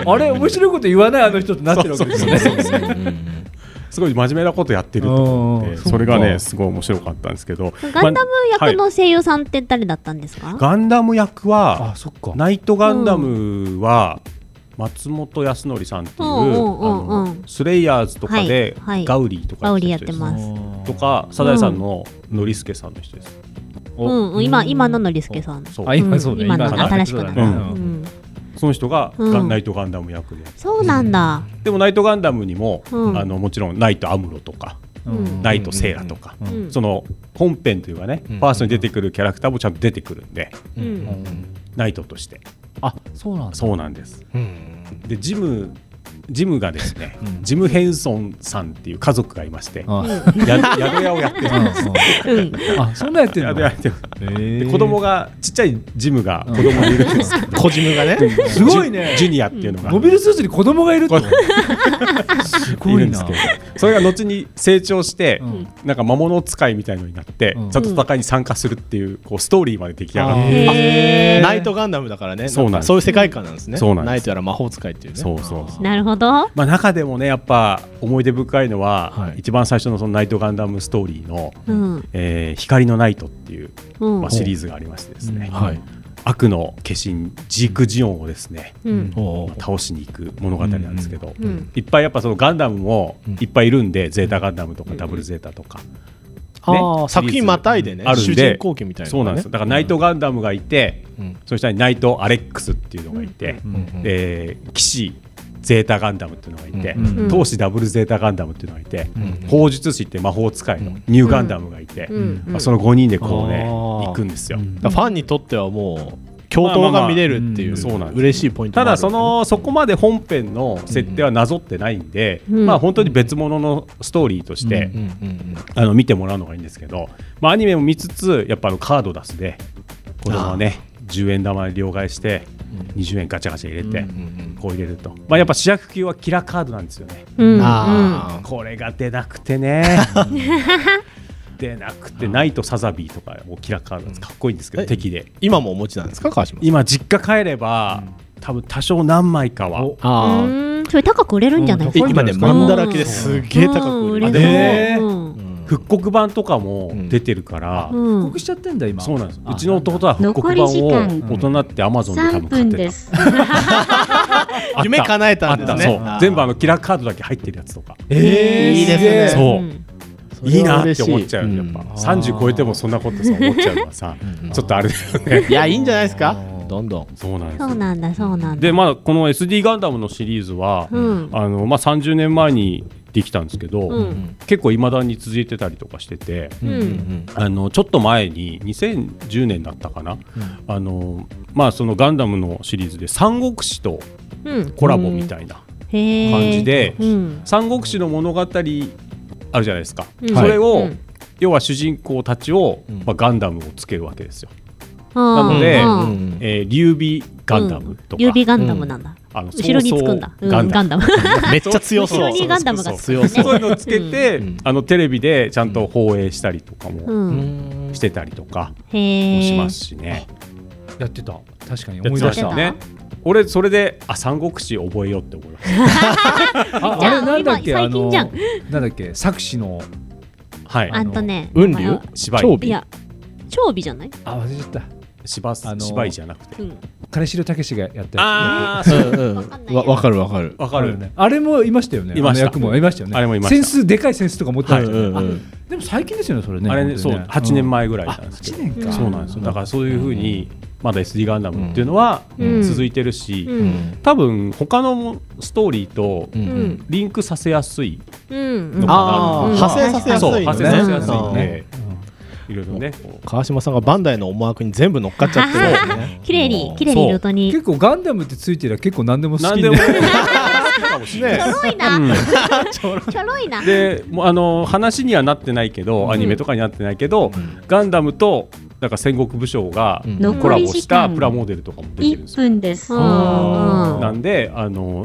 Speaker 3: グ
Speaker 7: あれ面白いこと言わないあの人ってなってるわけですよね。
Speaker 3: すごい真面目なことやってると思って
Speaker 7: うん
Speaker 3: それが
Speaker 7: そっ
Speaker 3: ね
Speaker 7: か
Speaker 3: すごい面白かったんですけど
Speaker 5: ガンダム
Speaker 3: まあは
Speaker 5: 役
Speaker 3: い
Speaker 5: の声優さんって誰だったんですか、
Speaker 3: ガンダム役は
Speaker 7: あそっか。
Speaker 3: ナイトガンダムは松本康則さんっていう、
Speaker 5: うんうんうんうん
Speaker 3: あのスレイヤーズとかで、
Speaker 5: はいはい
Speaker 3: ガウリーとか
Speaker 5: ガウリーやって
Speaker 3: す
Speaker 5: ます。
Speaker 3: とかサザエさんのノリスケさんの人です、
Speaker 5: う
Speaker 7: お
Speaker 5: んうん、今、今ののりすけさん。
Speaker 3: そう
Speaker 7: あ今そうね。
Speaker 5: 今の新しくなった、
Speaker 3: うん
Speaker 5: うん
Speaker 3: その人が、
Speaker 5: うん
Speaker 3: ガンナイトガンダム役で
Speaker 5: そうなんだ。
Speaker 3: でもナイトガンダムにも、
Speaker 5: うん
Speaker 3: あのもちろんナイトアムロとか、
Speaker 5: うん
Speaker 3: ナイトセーラとか、
Speaker 5: うんうん
Speaker 3: その本編というかね、
Speaker 6: うん
Speaker 3: ファーストに出てくるキャラクターもちゃんと出てくるんで、
Speaker 5: うん
Speaker 3: ナイトとして
Speaker 11: あそうなんです
Speaker 3: そうなんですでジムジムがですね、ジム・ヘンソンさんっていう家族がいまして、
Speaker 7: あ
Speaker 3: や宿屋をやってるんです
Speaker 7: あそんなやってん
Speaker 3: や
Speaker 7: の。
Speaker 3: でやってる
Speaker 7: へ
Speaker 3: で
Speaker 7: ー
Speaker 3: 子供がちっちゃいジムが子供にいるんですけど、
Speaker 6: 小ジムがね
Speaker 7: すごいね
Speaker 3: ジュジュニアっていうのが
Speaker 7: モビルスーツに子供がいるって。す
Speaker 3: い
Speaker 7: ご
Speaker 3: る
Speaker 7: い
Speaker 3: んで
Speaker 7: な
Speaker 3: すけ。どそれが後に成長して、
Speaker 7: ん
Speaker 3: なんか魔物使いみたいのになって、
Speaker 7: うん
Speaker 3: ちゃんと戦いに参加するっていうこうストーリーまで出来上がって、
Speaker 5: へー
Speaker 6: ナイトガンダムだからね
Speaker 3: そうなんです
Speaker 6: そういう世界観なんですね
Speaker 3: そうなんです
Speaker 6: ナイトやら魔法使いっていうね
Speaker 3: そうそうそう
Speaker 5: なるほど。
Speaker 3: まあ、中でもねやっぱ思い出深いのは、
Speaker 6: はい
Speaker 3: 一番最初のそのナイトガンダムストーリーの「
Speaker 5: うん。
Speaker 3: えー光のナイト」っていう、
Speaker 5: うん
Speaker 3: まあ、。シリーズがありましてですね、
Speaker 6: はい
Speaker 3: 悪の化身ジーク・ジオンをですね、
Speaker 5: うん。
Speaker 3: まあ倒しに行く物語なんですけど、
Speaker 5: うん。
Speaker 3: いっぱいやっぱそのガンダムも
Speaker 6: うん
Speaker 3: いっぱいいるんで、ゼータガンダムとかダブルゼータとか、シ
Speaker 6: ああ
Speaker 3: リーズ
Speaker 6: 作品またいでね
Speaker 3: あるん
Speaker 6: 主
Speaker 3: で
Speaker 6: 人公機みたいな
Speaker 3: そうなんですよだからナイトガンダムがいて、
Speaker 6: うん
Speaker 3: そしたらナイト・アレックスっていうのがいて、
Speaker 6: うん
Speaker 3: えー騎士ゼータガンダムっていうのがいて、
Speaker 6: うん
Speaker 5: うん
Speaker 3: 闘士ダブルゼータガンダムっていうのがいて、
Speaker 6: ん
Speaker 3: 砲術師って魔法使いのニューガンダムがいて、
Speaker 5: うん。
Speaker 3: まあ、その5人でこうね、
Speaker 6: あー
Speaker 3: 行くんですよ。
Speaker 6: だからファンにとってはもう共闘が見れるってい
Speaker 3: まあまあまあうん
Speaker 6: う
Speaker 3: そうなんです
Speaker 6: 嬉しいポイント
Speaker 3: た
Speaker 6: もあ
Speaker 3: だ
Speaker 6: る
Speaker 3: そのそこまで本編の設定はなぞってないんで、
Speaker 5: うん
Speaker 3: まあ本当に別物のストーリーとして、
Speaker 6: うんうん
Speaker 3: あの見てもらうのがいいんですけど、まあ、アニメも見つつやっぱあのカード出すで子供はね10円玉に両替して20円ガチャガチャ入れてこう入れると、まあ、やっぱ主役級はキラーカードなんですよね
Speaker 5: うん。
Speaker 6: あ
Speaker 3: これが出なくてね出なくてナイトサザビーとかもキラーカードですかっこいいんですけど
Speaker 6: え
Speaker 3: 敵で
Speaker 6: 今もお持ちなんですか川島さん
Speaker 3: 今実家帰れば多分多少何枚かは
Speaker 5: う
Speaker 6: あ
Speaker 5: ん。それ高く売れるんじゃない
Speaker 6: あ
Speaker 5: ですか。
Speaker 6: 今ね
Speaker 7: うん
Speaker 6: マンだらけですげえ高く売れ
Speaker 5: 売
Speaker 6: て
Speaker 5: れ
Speaker 6: る
Speaker 5: そう
Speaker 7: えー
Speaker 5: うん
Speaker 3: 復刻版とかも出てるから、
Speaker 5: うん
Speaker 7: 告知しちゃってんだ今。
Speaker 3: そうなんです
Speaker 7: あ
Speaker 3: うちの弟は復刻版を大人ってアマゾンで多分買ってたあった
Speaker 6: 夢叶え
Speaker 3: あ
Speaker 6: たん
Speaker 3: っ
Speaker 6: です
Speaker 3: た、
Speaker 6: ね
Speaker 3: そう
Speaker 6: あー
Speaker 3: 全部あのキラーカードだけ入ってるやつとか
Speaker 7: えー
Speaker 6: いいです
Speaker 7: げ
Speaker 6: ね
Speaker 7: え
Speaker 3: そう
Speaker 5: うん
Speaker 3: いいなって思っちゃうよ、
Speaker 6: うん
Speaker 3: やっぱ30超えてもそんなことさ思っちゃうのはさちょっとあれだよね
Speaker 6: いやいいんじゃないですかどんどん
Speaker 3: そうなんです
Speaker 5: そう
Speaker 3: よ
Speaker 5: なんだ、そうなんだ。
Speaker 3: でまあこの SD ガンダムのシリーズは、
Speaker 5: うん。
Speaker 3: あのまあ、30年前にできたんですけど、
Speaker 5: うん。
Speaker 3: 結構いまだに続いてたりとかしてて、
Speaker 5: うん。
Speaker 3: あのちょっと前に2010年だったかな、あのまあ、そのガンダムのシリーズで「三国志」と
Speaker 5: うん。
Speaker 3: コラボみたいな
Speaker 5: へえ。
Speaker 3: 感じ。で、
Speaker 5: うん。
Speaker 3: 三国志の物語あるじゃないですか、
Speaker 5: うん
Speaker 3: それを、
Speaker 5: うん
Speaker 3: 要は主人公たちを、
Speaker 6: うん
Speaker 3: まあ、ガンダムをつけるわけですよ、
Speaker 5: な
Speaker 3: ので
Speaker 6: うん
Speaker 3: えー劉備ガンダムとか、
Speaker 5: 指ガンダムなんだ。
Speaker 3: あの
Speaker 5: 後ろにつくんだ。
Speaker 3: 曹操
Speaker 5: う
Speaker 3: ガン
Speaker 5: ん、
Speaker 3: ダ
Speaker 5: ガ
Speaker 3: ム
Speaker 5: ンダム。
Speaker 6: めっちゃ強そう
Speaker 5: 後ろにガンダムがつく
Speaker 6: 強そう
Speaker 3: そういうのをつけて、
Speaker 6: うん
Speaker 3: あのテレビでちゃんと放映したりとか
Speaker 5: う
Speaker 3: も
Speaker 5: ん。
Speaker 3: してたりとか
Speaker 5: へ
Speaker 3: も
Speaker 5: え。
Speaker 3: しますしね、
Speaker 7: やってた。確かに思い出し
Speaker 5: やっ
Speaker 7: た
Speaker 5: て。
Speaker 3: ね俺それであ三国志覚えようって思いました
Speaker 7: あ
Speaker 5: じ
Speaker 7: あ
Speaker 5: ゃん
Speaker 7: れなんだっけ
Speaker 5: 今
Speaker 7: あ
Speaker 5: 最近
Speaker 7: の
Speaker 5: じゃん
Speaker 7: なんだっけ作詞の
Speaker 3: はい
Speaker 5: あんとね。
Speaker 6: 雲竜
Speaker 3: 芝居
Speaker 6: 長尾
Speaker 5: いや、長尾じゃない
Speaker 7: あ忘れちゃった
Speaker 3: 芝
Speaker 7: あの
Speaker 3: 芝居じゃなくて
Speaker 5: うん。
Speaker 7: 金城武がやったや
Speaker 3: ああ
Speaker 6: うんうんわわかるわかる
Speaker 3: わ
Speaker 7: つ
Speaker 3: かる
Speaker 7: ねあれもいましたよね
Speaker 3: いました
Speaker 7: あの役もいましたよね
Speaker 3: あれもいました
Speaker 7: センスでかいセンスとか持ってました
Speaker 6: う
Speaker 7: よ
Speaker 6: ん
Speaker 7: ね
Speaker 6: うんう
Speaker 7: あ
Speaker 6: ん
Speaker 7: でも最近ですよねそれね
Speaker 3: あれ
Speaker 7: 本
Speaker 3: ね、
Speaker 7: 当
Speaker 3: そう、
Speaker 7: に
Speaker 3: 8年前ぐらいなんですけ
Speaker 7: 8
Speaker 3: ど。
Speaker 7: 年か
Speaker 3: そうなんですよ。だからそういうふうに、まだ SD ガンダムっていうのは
Speaker 5: うん
Speaker 3: 続いてるし、
Speaker 5: うん。
Speaker 3: 多分他のストーリーと
Speaker 6: うん
Speaker 5: うん。
Speaker 3: リンクさせやすい
Speaker 5: うん。
Speaker 3: の
Speaker 5: あ
Speaker 3: か
Speaker 6: ああ
Speaker 5: うん
Speaker 6: 派生させやすい
Speaker 3: な。そ
Speaker 6: の
Speaker 3: う、
Speaker 6: ね
Speaker 3: 派生させやすいんで、いろいろね
Speaker 6: 川島さんがバンダイの思惑に全部乗っかっちゃってるんです ね
Speaker 5: 綺麗に綺麗にルートに
Speaker 7: 結構ガンダムってついてりゃ結構何でも好きで
Speaker 3: 何でも
Speaker 5: ちょろいな、
Speaker 3: うん
Speaker 5: ちょろいな
Speaker 3: でもうあの話にはなってないけどアニメとかになってないけど、ガンダムとなんか戦国武将が
Speaker 4: うん
Speaker 3: コラボしたプラモデルとかも出てるんです
Speaker 4: 1分です。
Speaker 3: よ。
Speaker 4: あ
Speaker 3: なんであの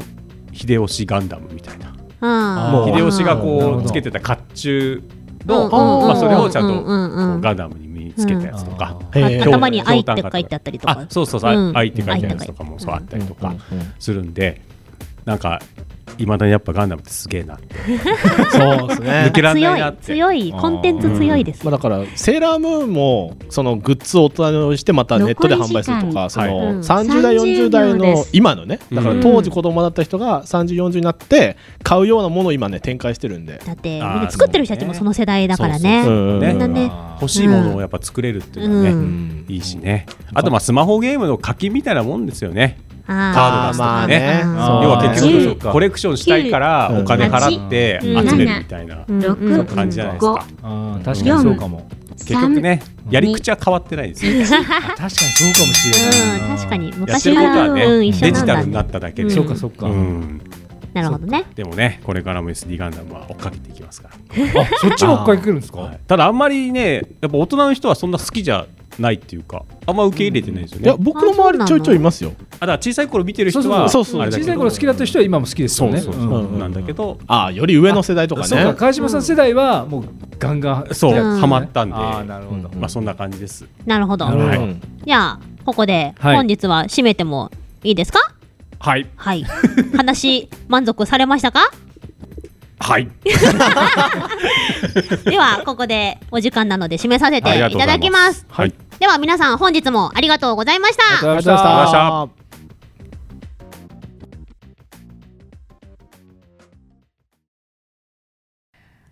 Speaker 3: 秀吉ガンダムみたいな
Speaker 4: あ
Speaker 3: もう秀吉が
Speaker 7: なる
Speaker 3: こ
Speaker 7: ほ
Speaker 3: う
Speaker 7: ど
Speaker 3: つけてた甲冑
Speaker 5: う
Speaker 3: の、
Speaker 5: んうんうん
Speaker 3: まあ、それをちゃんと
Speaker 5: うんうんうん
Speaker 3: こうガンダムに身につけたやつとか、
Speaker 6: うんあへえ
Speaker 5: 頭に愛って
Speaker 3: ひょう
Speaker 5: 書いてあったりとか
Speaker 3: あそうそうそう、
Speaker 5: うん
Speaker 3: 愛って書いてあるやつとかもそうあったりとかするんで、なんかいまだにやっぱガンダムってすげえなって
Speaker 6: そうですね
Speaker 3: 抜けらんないな
Speaker 5: 強
Speaker 3: っ
Speaker 5: い
Speaker 3: て
Speaker 5: 強いコンテンツ強いです
Speaker 6: まあ、だからセーラームーンもそのグッズを大人用してまたネットで販売すると
Speaker 4: 残
Speaker 6: か
Speaker 4: り
Speaker 6: そ
Speaker 3: はい
Speaker 4: うん
Speaker 6: の30代
Speaker 4: 30
Speaker 6: 40代
Speaker 4: 秒で
Speaker 6: の
Speaker 4: す
Speaker 6: 今のねだか
Speaker 3: う
Speaker 6: ら
Speaker 3: ん
Speaker 6: 当時子供だった人が3040になって買うようなものを今ね展開してるんで
Speaker 5: だってみん
Speaker 3: あー
Speaker 5: な作ってる人たちもその世代だから
Speaker 3: そう
Speaker 5: ね
Speaker 3: そうそう
Speaker 6: うん
Speaker 3: ね
Speaker 5: みんなね
Speaker 3: 欲しいものをやっぱ作れるっていうのはね、
Speaker 5: うん
Speaker 3: いいしねあとまあスマホゲームの課金みたいなもんですよねカード
Speaker 5: あ
Speaker 3: 出すとか
Speaker 6: あ
Speaker 3: ね
Speaker 6: ーまあね
Speaker 3: 要は結
Speaker 4: そう
Speaker 3: 局
Speaker 4: ね
Speaker 3: コレクションしたいから
Speaker 6: うん
Speaker 3: お金払って
Speaker 4: うん
Speaker 3: 集めるみたいな
Speaker 5: ー
Speaker 4: 六
Speaker 5: うん
Speaker 3: 感じじゃないですか
Speaker 7: あー確かにそうかも
Speaker 3: 結局ねやり口は変わってないですよね
Speaker 7: あ確かにそうかもしれないな、
Speaker 5: うん確かに
Speaker 3: やっ
Speaker 5: 昔
Speaker 3: てる
Speaker 5: か
Speaker 3: こと
Speaker 5: ら
Speaker 3: は
Speaker 5: う
Speaker 3: ね
Speaker 5: ん
Speaker 3: デ
Speaker 5: 一
Speaker 3: ジ
Speaker 5: 緒なん
Speaker 3: タ
Speaker 5: だ
Speaker 3: ルになっただけで
Speaker 5: うん
Speaker 7: そうかそうか、
Speaker 3: うん
Speaker 5: なるほどね
Speaker 3: でもねこれからも SD ガンダムは追っかけていきますか、
Speaker 7: あそっちが追っかけてくるんですから
Speaker 3: はいただあんまりねやっぱ大人の人はそんな好きじゃないっていうかあんま受け入れてないですよ
Speaker 6: い
Speaker 3: ね
Speaker 6: や僕の周りちょいちょいいますよ
Speaker 3: あだから小さい頃見てる
Speaker 7: そう
Speaker 3: 人
Speaker 7: そ
Speaker 3: は
Speaker 7: うそう
Speaker 6: そう
Speaker 3: あれだ
Speaker 7: 小
Speaker 3: け
Speaker 7: さい
Speaker 3: ど
Speaker 7: 頃好きだった人は今も好きですよね
Speaker 3: そうそうそうん
Speaker 6: うん
Speaker 3: なんだけど
Speaker 6: ああより上の世代とか
Speaker 7: そうか
Speaker 6: ね
Speaker 7: 川島さん世代はもうガンガン
Speaker 3: そう
Speaker 7: やつ
Speaker 3: ハマったんで
Speaker 7: ああなるほど、
Speaker 6: うん
Speaker 3: まあそんな感じです
Speaker 5: なるほど
Speaker 7: なるほど、
Speaker 3: はい
Speaker 6: うん
Speaker 5: じゃあここで
Speaker 7: はい
Speaker 5: 本日は締めてもいいですか
Speaker 3: はい
Speaker 5: はい話満足されましたか
Speaker 3: はい
Speaker 5: ではここでお時間なので締めさせ
Speaker 3: あ
Speaker 5: て
Speaker 3: りが
Speaker 5: い
Speaker 3: とうご
Speaker 5: た
Speaker 3: ざ
Speaker 5: だ
Speaker 3: い
Speaker 5: き
Speaker 3: ま
Speaker 5: ますす
Speaker 3: はい
Speaker 5: では皆さん本日もありがとうございました
Speaker 7: ありがとうございま
Speaker 6: あ
Speaker 7: し
Speaker 6: りがとうございました
Speaker 3: あ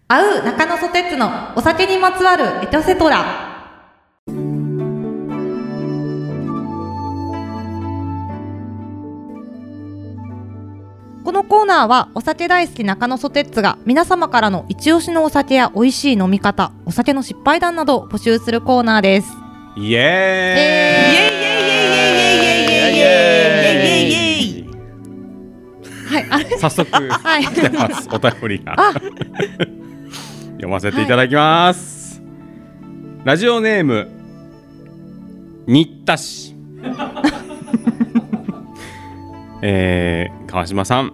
Speaker 1: 会う中野ソテツのお酒にまつわるエトセトラこのコーナーはお酒大好き中野ソテッツが皆様からの一押しのお酒や美味しい飲み方お酒の失敗談などを募集するコーナーです
Speaker 2: イ
Speaker 3: イエ
Speaker 2: エイイエイイエイイエイイエイイエイイエイイエイイエイイエイイエイ
Speaker 1: はいあれ
Speaker 3: ーイ早速
Speaker 1: はい
Speaker 3: 来てますお便りが
Speaker 1: あ
Speaker 3: 読ませていただきます、ラジオネーム新田氏 えー、川島さん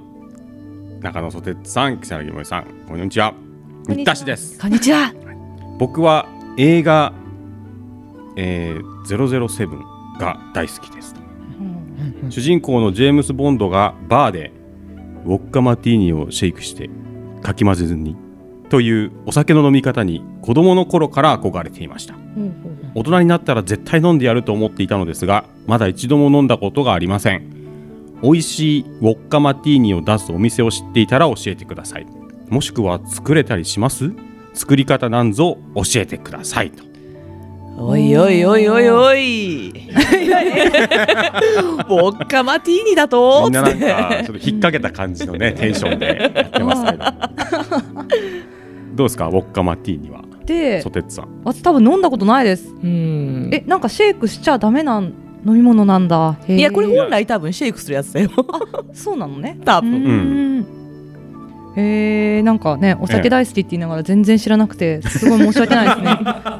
Speaker 3: 中野ソテツさん木更木萌さんこんにちは新田氏です
Speaker 2: こんにちは
Speaker 3: 僕は映画、えー、007が大好きです、主人公のジェームス・ボンドがバーでウォッカマティーニをシェイクしてかき混ぜずにというお酒の飲み方に子供の頃から憧れていました大人になったら絶対飲んでやると思っていたのですがまだ一度も飲んだことがありません美味しいウォッカマティーニを出すお店を知っていたら教えてくださいもしくは作れたりします作り方なんぞ教えてくださいと
Speaker 2: おいおいおいおいお い。 ボッカマティーニだと
Speaker 3: みんななんかちょっと引っ掛けた感じのねテンションでやってますけ どどうですかウォッカマティーニは
Speaker 1: で
Speaker 3: ソテツさん
Speaker 1: 私多分飲んだことないです
Speaker 2: うん
Speaker 1: えなんかシェイクしちゃダメな飲み物なんだへー
Speaker 2: いやこれ本来多分シェイクするやつだよ。
Speaker 1: そうなのね
Speaker 2: 多
Speaker 1: う
Speaker 2: 分。
Speaker 1: んえー、なんかねお酒大好きって言いながら全然知らなくてすごい申し訳ない ですね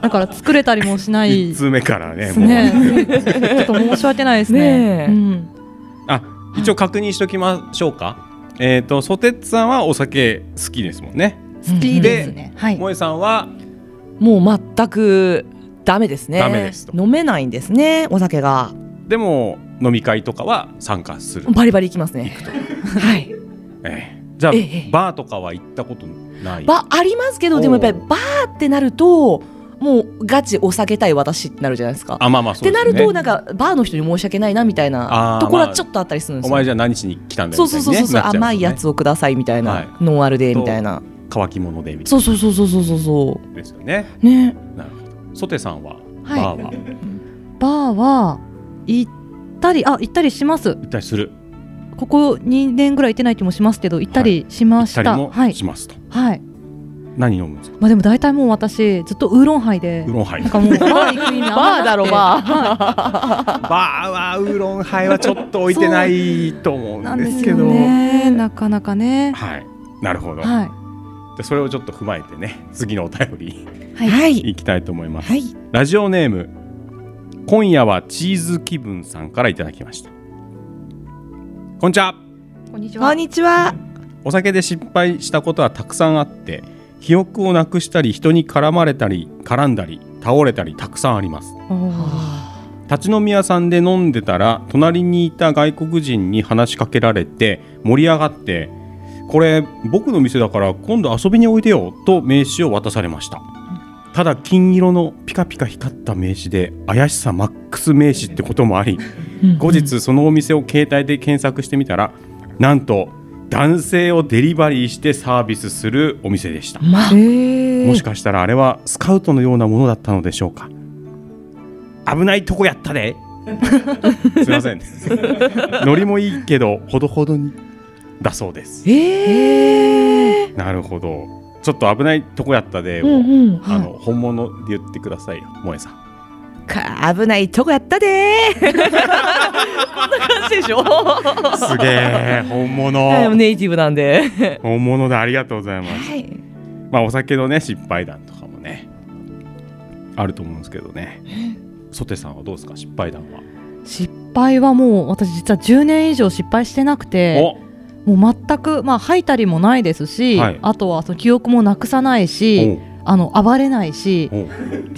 Speaker 1: だから作れたりもしない
Speaker 3: 1
Speaker 1: です
Speaker 3: 通目からねもう
Speaker 1: ねちょっと申し訳ないですね
Speaker 2: ね
Speaker 1: う
Speaker 2: え
Speaker 1: ん、
Speaker 3: あ一応確認しておきましょうかえっ、とソテツさんはお酒好きですもんね
Speaker 1: 好きですねはい
Speaker 3: 萌えさんは
Speaker 2: もう全くダメですね。
Speaker 3: ダメですと
Speaker 2: 飲めないんですねお酒が。
Speaker 3: でも飲み会とかは参加する、
Speaker 2: バリバリいきますね。はい。
Speaker 3: ええじゃあ、
Speaker 2: ええ
Speaker 3: バーとかは行ったことない
Speaker 2: ばありますけどでもやっぱりバーってなるともうガチお酒対私ってなるじゃないですか。
Speaker 3: あまあまあ
Speaker 2: っ
Speaker 3: そう
Speaker 2: て
Speaker 3: です
Speaker 2: な
Speaker 3: ね
Speaker 2: るとなんかバーの人に申し訳ないなみたい
Speaker 3: あー
Speaker 2: なところはちょっとあったりするんで
Speaker 3: お
Speaker 2: すよ。
Speaker 3: 前じゃあ何しに来たんだよ
Speaker 2: そう
Speaker 3: みた
Speaker 2: そ
Speaker 3: いうに
Speaker 2: そうそ
Speaker 3: ね
Speaker 2: う、
Speaker 3: なっちゃい
Speaker 2: 甘
Speaker 3: ますもん
Speaker 2: い
Speaker 3: ね
Speaker 2: やつをくださいみたいな、
Speaker 3: はい
Speaker 2: ノンアルでみたいな
Speaker 3: 乾き物でみたい
Speaker 2: そうそうそうそうそうそうそ
Speaker 3: なですよね
Speaker 2: うね
Speaker 3: なるほどソテさんはバ
Speaker 1: はい
Speaker 3: ーは行
Speaker 1: バーは行ったりあ行ったりします
Speaker 3: ったりする、
Speaker 1: ここ2年ぐらい行ってない気もしますけど行ったりしま
Speaker 3: 行っ
Speaker 1: したた
Speaker 3: り
Speaker 1: はい
Speaker 3: もしますと、
Speaker 1: はい
Speaker 3: 何飲むんですか
Speaker 1: まあでも大体もう私ずっとウーロンハイで
Speaker 3: ウーロンハイ
Speaker 1: なんか もうバー行く意味あんまなくて
Speaker 2: バーだろバー
Speaker 1: は
Speaker 3: バーはウーロンハイはちょっと置いてないと思
Speaker 1: い、な
Speaker 3: うん
Speaker 1: んで
Speaker 3: ですすけ
Speaker 1: よ
Speaker 3: ど
Speaker 1: ねなかなかね
Speaker 3: はいなるほど、
Speaker 1: はい
Speaker 3: でそれをちょっと踏まえてね 次のお便り
Speaker 2: はい
Speaker 3: いきたいと思います、
Speaker 2: はい
Speaker 3: ラジオネーム今夜はチーズ気分さんからいただきましたこんにちは
Speaker 1: こんにち
Speaker 2: こんにちは
Speaker 3: お酒で失敗したことはたくさんあって記憶をなくしたり人に絡まれたり絡んだり倒れたりたくさんあります立ち飲み屋さんで飲んでたら隣にいた外国人に話しかけられて盛り上がってこれ僕の店だから今度遊びにおいでよと名刺を渡されましたただ金色のピカピカ光った名刺で怪しさマックス名刺ってこともあり後日そのお店を携帯で検索してみたらなんと男性をデリバリーしてサービスするお店でした
Speaker 2: まあ
Speaker 3: もしかしたらあれはスカウトのようなものだったのでしょうか危ないとこやった ですいませんノリもいいけどほどほどにだそうです
Speaker 2: ええ
Speaker 3: なるほどちょっと危ないとこやったでを、
Speaker 2: うんうん
Speaker 3: あの本物で言ってくださいよ萌さん
Speaker 2: か危ないとこやったでーこんな感じでしょ
Speaker 3: すげえ本
Speaker 2: はい
Speaker 3: 物
Speaker 2: ネイティブなんで
Speaker 3: 本物だありがとうございます
Speaker 2: はい
Speaker 3: まあお酒のね失敗談とかもねあると思うんですけどねソテさんはどうですか失敗談は、
Speaker 1: 失敗はもう私実は10年以上失敗してなくてもう全くまあ吐いたりもないですし、
Speaker 3: はい
Speaker 1: あとはその記憶もなくさないしあの暴れないし
Speaker 3: おお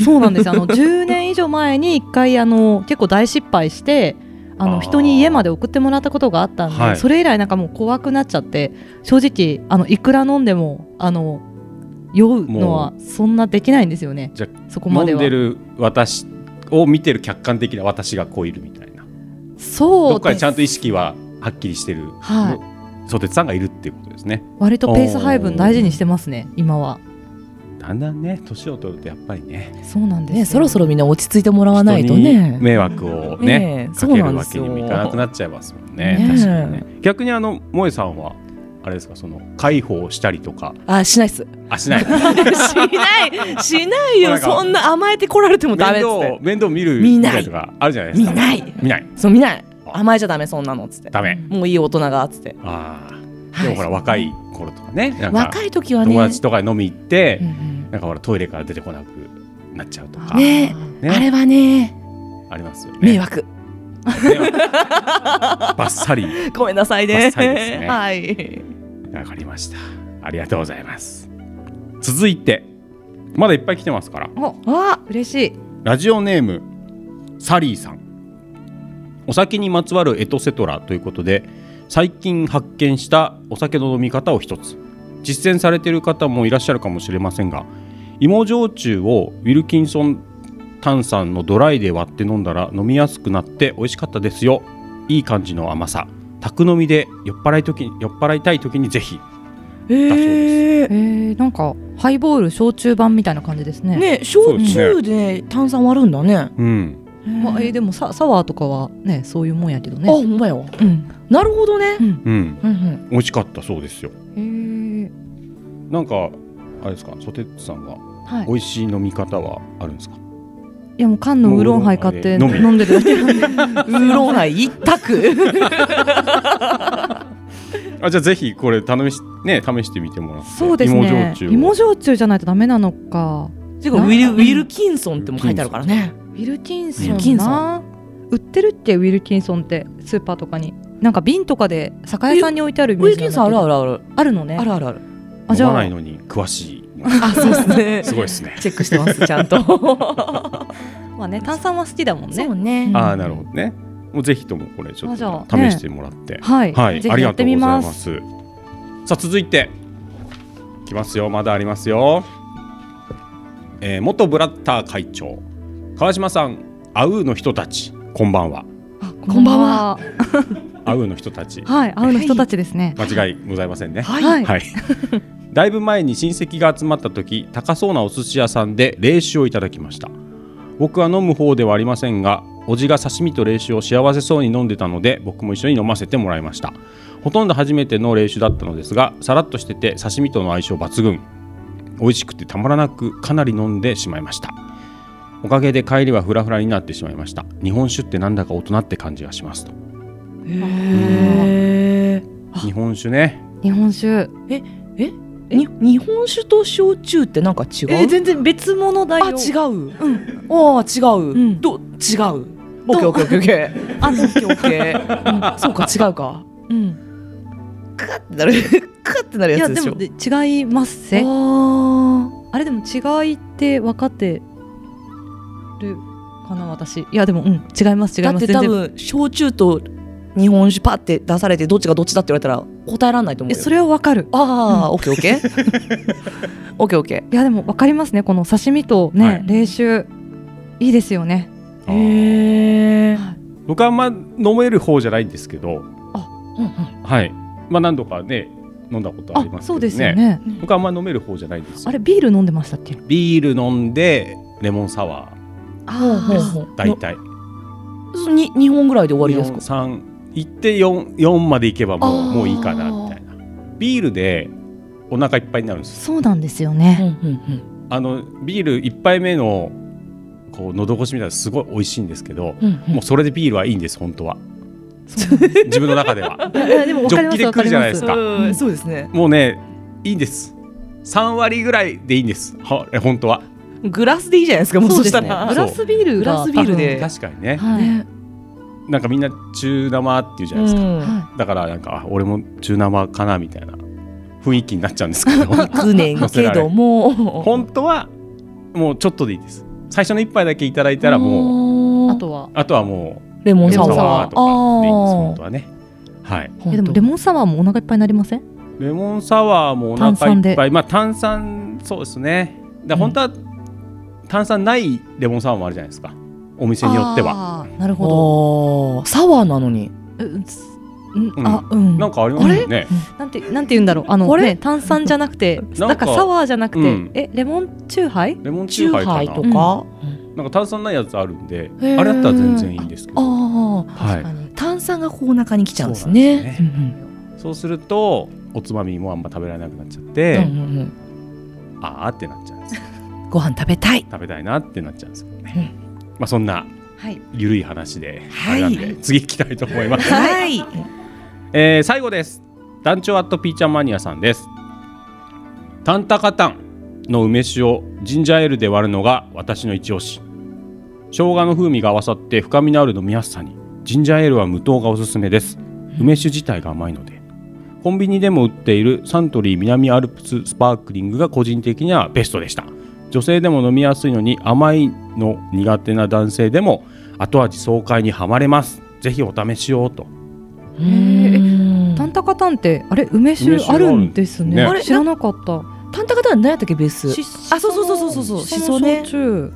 Speaker 1: そうなんですよあの10年以上前に1回あ の結構大失敗してあの
Speaker 3: あー
Speaker 1: 人に家まで送ってもらったことがあったんで、
Speaker 3: はい
Speaker 1: それ以来なんかもう怖くなっちゃって正直あのいくら飲んでもあの酔うのはそんなできないんですよね
Speaker 3: じゃ
Speaker 1: そこま
Speaker 3: 飲
Speaker 1: で
Speaker 3: ん
Speaker 1: は
Speaker 3: でる私を見てる客観的な私がこういるみたいな
Speaker 1: そう
Speaker 3: どっか
Speaker 1: で
Speaker 3: にちゃん
Speaker 1: す
Speaker 3: と意識ははっきりしてる、、
Speaker 1: はい
Speaker 3: ソテツさんがいるっていうことですね
Speaker 1: 割とペース配分大事にしてますね今は
Speaker 3: だんだんね年を取るとやっぱりね
Speaker 1: そうなんですよ
Speaker 2: ねそろそろみんな落ち着いてもらわないと
Speaker 3: 人に
Speaker 2: ね
Speaker 3: 迷惑をね
Speaker 2: ねえ
Speaker 3: か
Speaker 2: そう
Speaker 3: け
Speaker 2: なん
Speaker 3: る
Speaker 2: で
Speaker 3: わ
Speaker 2: す
Speaker 3: け
Speaker 2: よ
Speaker 3: にもいかなくなっちゃいますもんね
Speaker 2: ねえ
Speaker 3: 確かにね逆にあの萌さんはあれですかその介抱したりとか
Speaker 2: あしないっす
Speaker 3: あ しない
Speaker 2: しないし ない
Speaker 3: な
Speaker 2: よ
Speaker 3: んか
Speaker 2: そんな甘えてこられてもダメっ
Speaker 3: 面
Speaker 2: つって
Speaker 3: 倒面倒見る
Speaker 2: 見ない
Speaker 3: 機会とかあるじゃないです
Speaker 2: 見
Speaker 3: か
Speaker 2: ない
Speaker 3: 見ない
Speaker 2: そう見ない甘えちゃダメそんなのっつって
Speaker 3: ダメ
Speaker 2: もういい大人がっつって
Speaker 3: あー
Speaker 2: はい
Speaker 3: でもほら若い頃とかねなんか
Speaker 2: 若い時はね
Speaker 3: 友達とかに飲み行って、
Speaker 2: うんうん
Speaker 3: なんかほらトイレから出てこなくなっちゃうとか、
Speaker 2: ね
Speaker 3: ね
Speaker 2: あれはね
Speaker 3: ありますよね。
Speaker 2: 迷惑
Speaker 3: 迷惑バッサリ
Speaker 2: ごめんなさい
Speaker 3: バッ
Speaker 2: ね
Speaker 3: サリですね
Speaker 2: はい
Speaker 3: わかりました。ありがとうございます。続いてまだいっぱい来てますから
Speaker 1: お
Speaker 2: あ
Speaker 1: 嬉しい
Speaker 3: ラジオネームサリーさん。お酒にまつわるエトセトラということで最近発見したお酒の飲み方を一つ実践されている方もいらっしゃるかもしれませんが芋焼酎をウィルキンソン炭酸のドライで割って飲んだら飲みやすくなって美味しかったですよいい感じの甘さ宅飲みで酔っ払い時に酔っ払いたい時にぜひ
Speaker 2: え
Speaker 1: えー、なんかハイボール焼酎版みたいな感じですね
Speaker 2: ね
Speaker 3: そう
Speaker 2: 焼
Speaker 3: ですね
Speaker 2: 酎で炭酸割るんだね
Speaker 3: うん
Speaker 1: まあえーでもササワーとかはねそういうもんやけど
Speaker 2: あほ
Speaker 1: ね
Speaker 2: んまやわ
Speaker 1: うん
Speaker 2: なるほどね
Speaker 3: うん
Speaker 2: うんうん
Speaker 3: 美味しかったそうですよ
Speaker 1: へー
Speaker 3: なんかあれですかソテッツさんは
Speaker 1: はい
Speaker 3: 美味しい飲み方はあるんですか
Speaker 1: いやもう缶のウーロンハイ買って
Speaker 3: もうウーロンハイで
Speaker 1: 飲んでるだけなんで
Speaker 2: ウーロンハイ一択
Speaker 3: あじゃあぜひこれ頼みしね試してみてもらって
Speaker 1: そうです
Speaker 3: 芋
Speaker 1: ね
Speaker 3: 焼酎を
Speaker 1: 芋焼酎じゃないとダメなのか
Speaker 2: ていうかウィルウィルキンソンっても書いてあるからね
Speaker 1: ウィルキン
Speaker 2: ウィル
Speaker 1: ソ
Speaker 2: キ
Speaker 1: ン
Speaker 2: ンソ
Speaker 1: な売ってるってウィルキンソンってスーパーとかになんか瓶とかで酒屋さんに置いてあるイ
Speaker 2: ウィ
Speaker 1: メー
Speaker 2: ル
Speaker 1: ジ
Speaker 2: キ
Speaker 1: なんだ
Speaker 2: ンソンあ
Speaker 1: け
Speaker 2: る
Speaker 1: ど
Speaker 2: あるある
Speaker 1: あるのね
Speaker 2: あるあるある
Speaker 1: あじ
Speaker 3: 飲
Speaker 1: ゃ
Speaker 3: ま
Speaker 1: あ
Speaker 3: ないのに詳しいの
Speaker 2: あ そうですね
Speaker 3: すごいですね
Speaker 2: チェックしてますちゃん と
Speaker 1: まあね炭酸は好きだもんね
Speaker 2: ね
Speaker 3: ああなるほどねもうぜひともこれちょっ
Speaker 1: あじゃ
Speaker 3: と
Speaker 1: あね
Speaker 3: 試してもらって
Speaker 1: はい、
Speaker 3: はい
Speaker 1: ぜ
Speaker 3: あ
Speaker 1: ひ
Speaker 3: り
Speaker 1: や
Speaker 3: が
Speaker 1: って
Speaker 3: と
Speaker 1: み
Speaker 3: うございま
Speaker 1: ます
Speaker 3: すさあ続いていきますよまだありますよ、えー、元ブラッター会長川島さんアウーの人たちこんばんは
Speaker 1: あ
Speaker 2: こんばんは
Speaker 3: アウーの人たち
Speaker 1: はい会うの人たちですね
Speaker 3: 間違いございませんね
Speaker 1: はい、
Speaker 3: はい。だいぶ前に親戚が集まった時、高そうなお寿司屋さんで冷酒をいただきました。僕は飲む方ではありませんが、おじが刺身と冷酒を幸せそうに飲んでたので、僕も一緒に飲ませてもらいました。ほとんど初めての冷酒だったのですが、さらっとしてて刺身との相性抜群。美味しくてたまらなくかなり飲んでしまいましたおかげで帰りはフラフラになってしまいました日本酒ってなんだか大人って感じがしますと日本酒ね
Speaker 1: 日本酒
Speaker 2: ええに日本酒と焼酎ってなんか違う
Speaker 1: え全然別物だよ
Speaker 2: あ違う、うん、あ違う、ど違うオッケーオッケーオッケーオッケー あオッケーオッケー、うん、そうか違うか
Speaker 1: うん
Speaker 2: カッてなるカッてなる
Speaker 1: い
Speaker 2: や
Speaker 1: や
Speaker 2: つで
Speaker 1: で
Speaker 2: しょ
Speaker 1: もで違いますせ
Speaker 2: あ
Speaker 1: あれでも違いって分かってるかな私いやでもうん違います違い
Speaker 2: だ
Speaker 1: ま
Speaker 2: っ
Speaker 1: す
Speaker 2: て
Speaker 1: 全
Speaker 2: 多
Speaker 1: 然
Speaker 2: 分焼酎と日本酒パって出されてどっちがどっちだって言われたら答えられないと思
Speaker 1: え
Speaker 2: うよ
Speaker 1: それは分かる
Speaker 2: ああ、オッケーオッ ケーオッケーオッケ
Speaker 1: いやでも分かりますねこの刺身とね、
Speaker 3: はい
Speaker 1: 冷酒いいですよね
Speaker 2: ーへえ
Speaker 3: 僕はあんま飲める方じゃないんですけどはいまあ何度かね飲んだことあ
Speaker 1: あ
Speaker 3: りますけ
Speaker 1: そ
Speaker 3: ど、ね、
Speaker 1: うですよね
Speaker 3: 僕はあんま飲める方じゃないんですよ
Speaker 1: あれビール飲んでましたっけ
Speaker 3: ビール飲んでレモンサワー
Speaker 2: あ
Speaker 3: 大体
Speaker 2: に2本ぐらいで終わりですか
Speaker 3: 3行って四四まで行けばも
Speaker 2: あ
Speaker 3: う
Speaker 2: ー
Speaker 3: もういいかなみたいなビールでお腹いっぱいになるんです
Speaker 1: そうなんですよね、
Speaker 3: あのビール一杯目のこう喉越しみたいなのすごい美味しいんですけど、もうそれでビールはいいんです本当は自分の中では
Speaker 1: いやでも分
Speaker 3: ジョ
Speaker 1: かり
Speaker 3: ッ
Speaker 1: ま
Speaker 3: キ
Speaker 1: す
Speaker 3: で
Speaker 1: 分
Speaker 3: 来
Speaker 1: か
Speaker 3: る
Speaker 1: り
Speaker 3: じゃない
Speaker 1: ま
Speaker 3: ですすか
Speaker 2: うんそうですね
Speaker 3: もうねいいんです3割ぐらいでいいんですはえ本当は
Speaker 2: グラスでいいじゃないですかもう
Speaker 1: そ
Speaker 2: そう
Speaker 1: で
Speaker 2: し
Speaker 1: す
Speaker 2: た
Speaker 1: ね
Speaker 2: ら
Speaker 1: グラスビール
Speaker 2: グ
Speaker 1: が
Speaker 2: ラスビールで
Speaker 3: 確かにね
Speaker 1: はい、
Speaker 3: なんかみんな中生っていうじゃないですか、
Speaker 2: うん
Speaker 3: だからなんかあ俺も中生かなみたいな雰囲気になっちゃうんですけど
Speaker 2: 行くねんけども
Speaker 3: 本当はもうちょっとでいいです最初の一杯だけいただいたらもう
Speaker 1: あ
Speaker 2: あ
Speaker 1: とは
Speaker 3: あとはもう
Speaker 2: レモン
Speaker 3: レ
Speaker 2: サ
Speaker 3: モン
Speaker 2: ワ
Speaker 3: サ
Speaker 2: ー
Speaker 3: ワーとかでいいんです本
Speaker 2: あー
Speaker 3: 当はねはい
Speaker 1: いやでもレモンサワーもお腹いっぱいになりません
Speaker 3: レモンサワーもお
Speaker 1: 炭
Speaker 3: 腹い
Speaker 1: 酸で
Speaker 3: っぱいまあ炭酸そうですねだから本当は炭酸ないレモンサワーもあるじゃないですかお店によっては
Speaker 1: はなるほど
Speaker 2: あーサワーなのに
Speaker 1: うんすうんあうん
Speaker 3: なんかありますよね
Speaker 1: なんてなんて言うんだろうあのね炭酸じゃなくて
Speaker 3: か
Speaker 1: なんかサワーじゃなくて、
Speaker 3: うん
Speaker 1: えレモンチューハイ
Speaker 3: レモン
Speaker 2: チ
Speaker 3: チ
Speaker 2: ュ
Speaker 3: ュー
Speaker 2: ーハ
Speaker 3: ハイ
Speaker 2: イ
Speaker 3: か
Speaker 2: と
Speaker 3: な
Speaker 2: か
Speaker 3: なんか炭酸ないやつあるんであ
Speaker 2: へー
Speaker 3: れだったら全然いいんですけど
Speaker 2: ああ
Speaker 3: はい
Speaker 2: 炭酸がこうお腹に来ちゃうんですね
Speaker 3: そうそうするとおつまみもあんま食べられなくなっちゃっ
Speaker 2: うん
Speaker 3: て、
Speaker 2: うんうんうん
Speaker 3: あーってなっちゃうんですよ
Speaker 2: ご飯食べたい
Speaker 3: 食べたいなってなっちゃうんですよね、まあそんな
Speaker 1: はい
Speaker 3: ゆるい話で、
Speaker 2: は
Speaker 3: はいい、なんで次行きたいと思います、
Speaker 2: はい
Speaker 3: えー最後です団長アットピーちゃんマニアさんですタンタカタンの梅酒をジンジャーエールで割るのが私の一押し生姜の風味が合わさって深みのある飲みやすさにジンジャーエールは無糖がおすすめです梅酒自体が甘いのでコンビニでも売っているサントリー南アルプススパークリングが個人的にはベストでした女性でも飲みやすいのに甘いの苦手な男性でも後味爽快にはまれますぜひお試しをと
Speaker 2: うーん
Speaker 1: タンタカタンってあれ梅酒
Speaker 3: 梅酒
Speaker 1: あるんですね
Speaker 3: ね
Speaker 1: あれ知らなかった
Speaker 2: タンタカタン何やったっけベース
Speaker 1: あ
Speaker 2: あそうそうそうそうそう
Speaker 1: し
Speaker 2: し
Speaker 1: その
Speaker 2: そうね
Speaker 1: 焼酎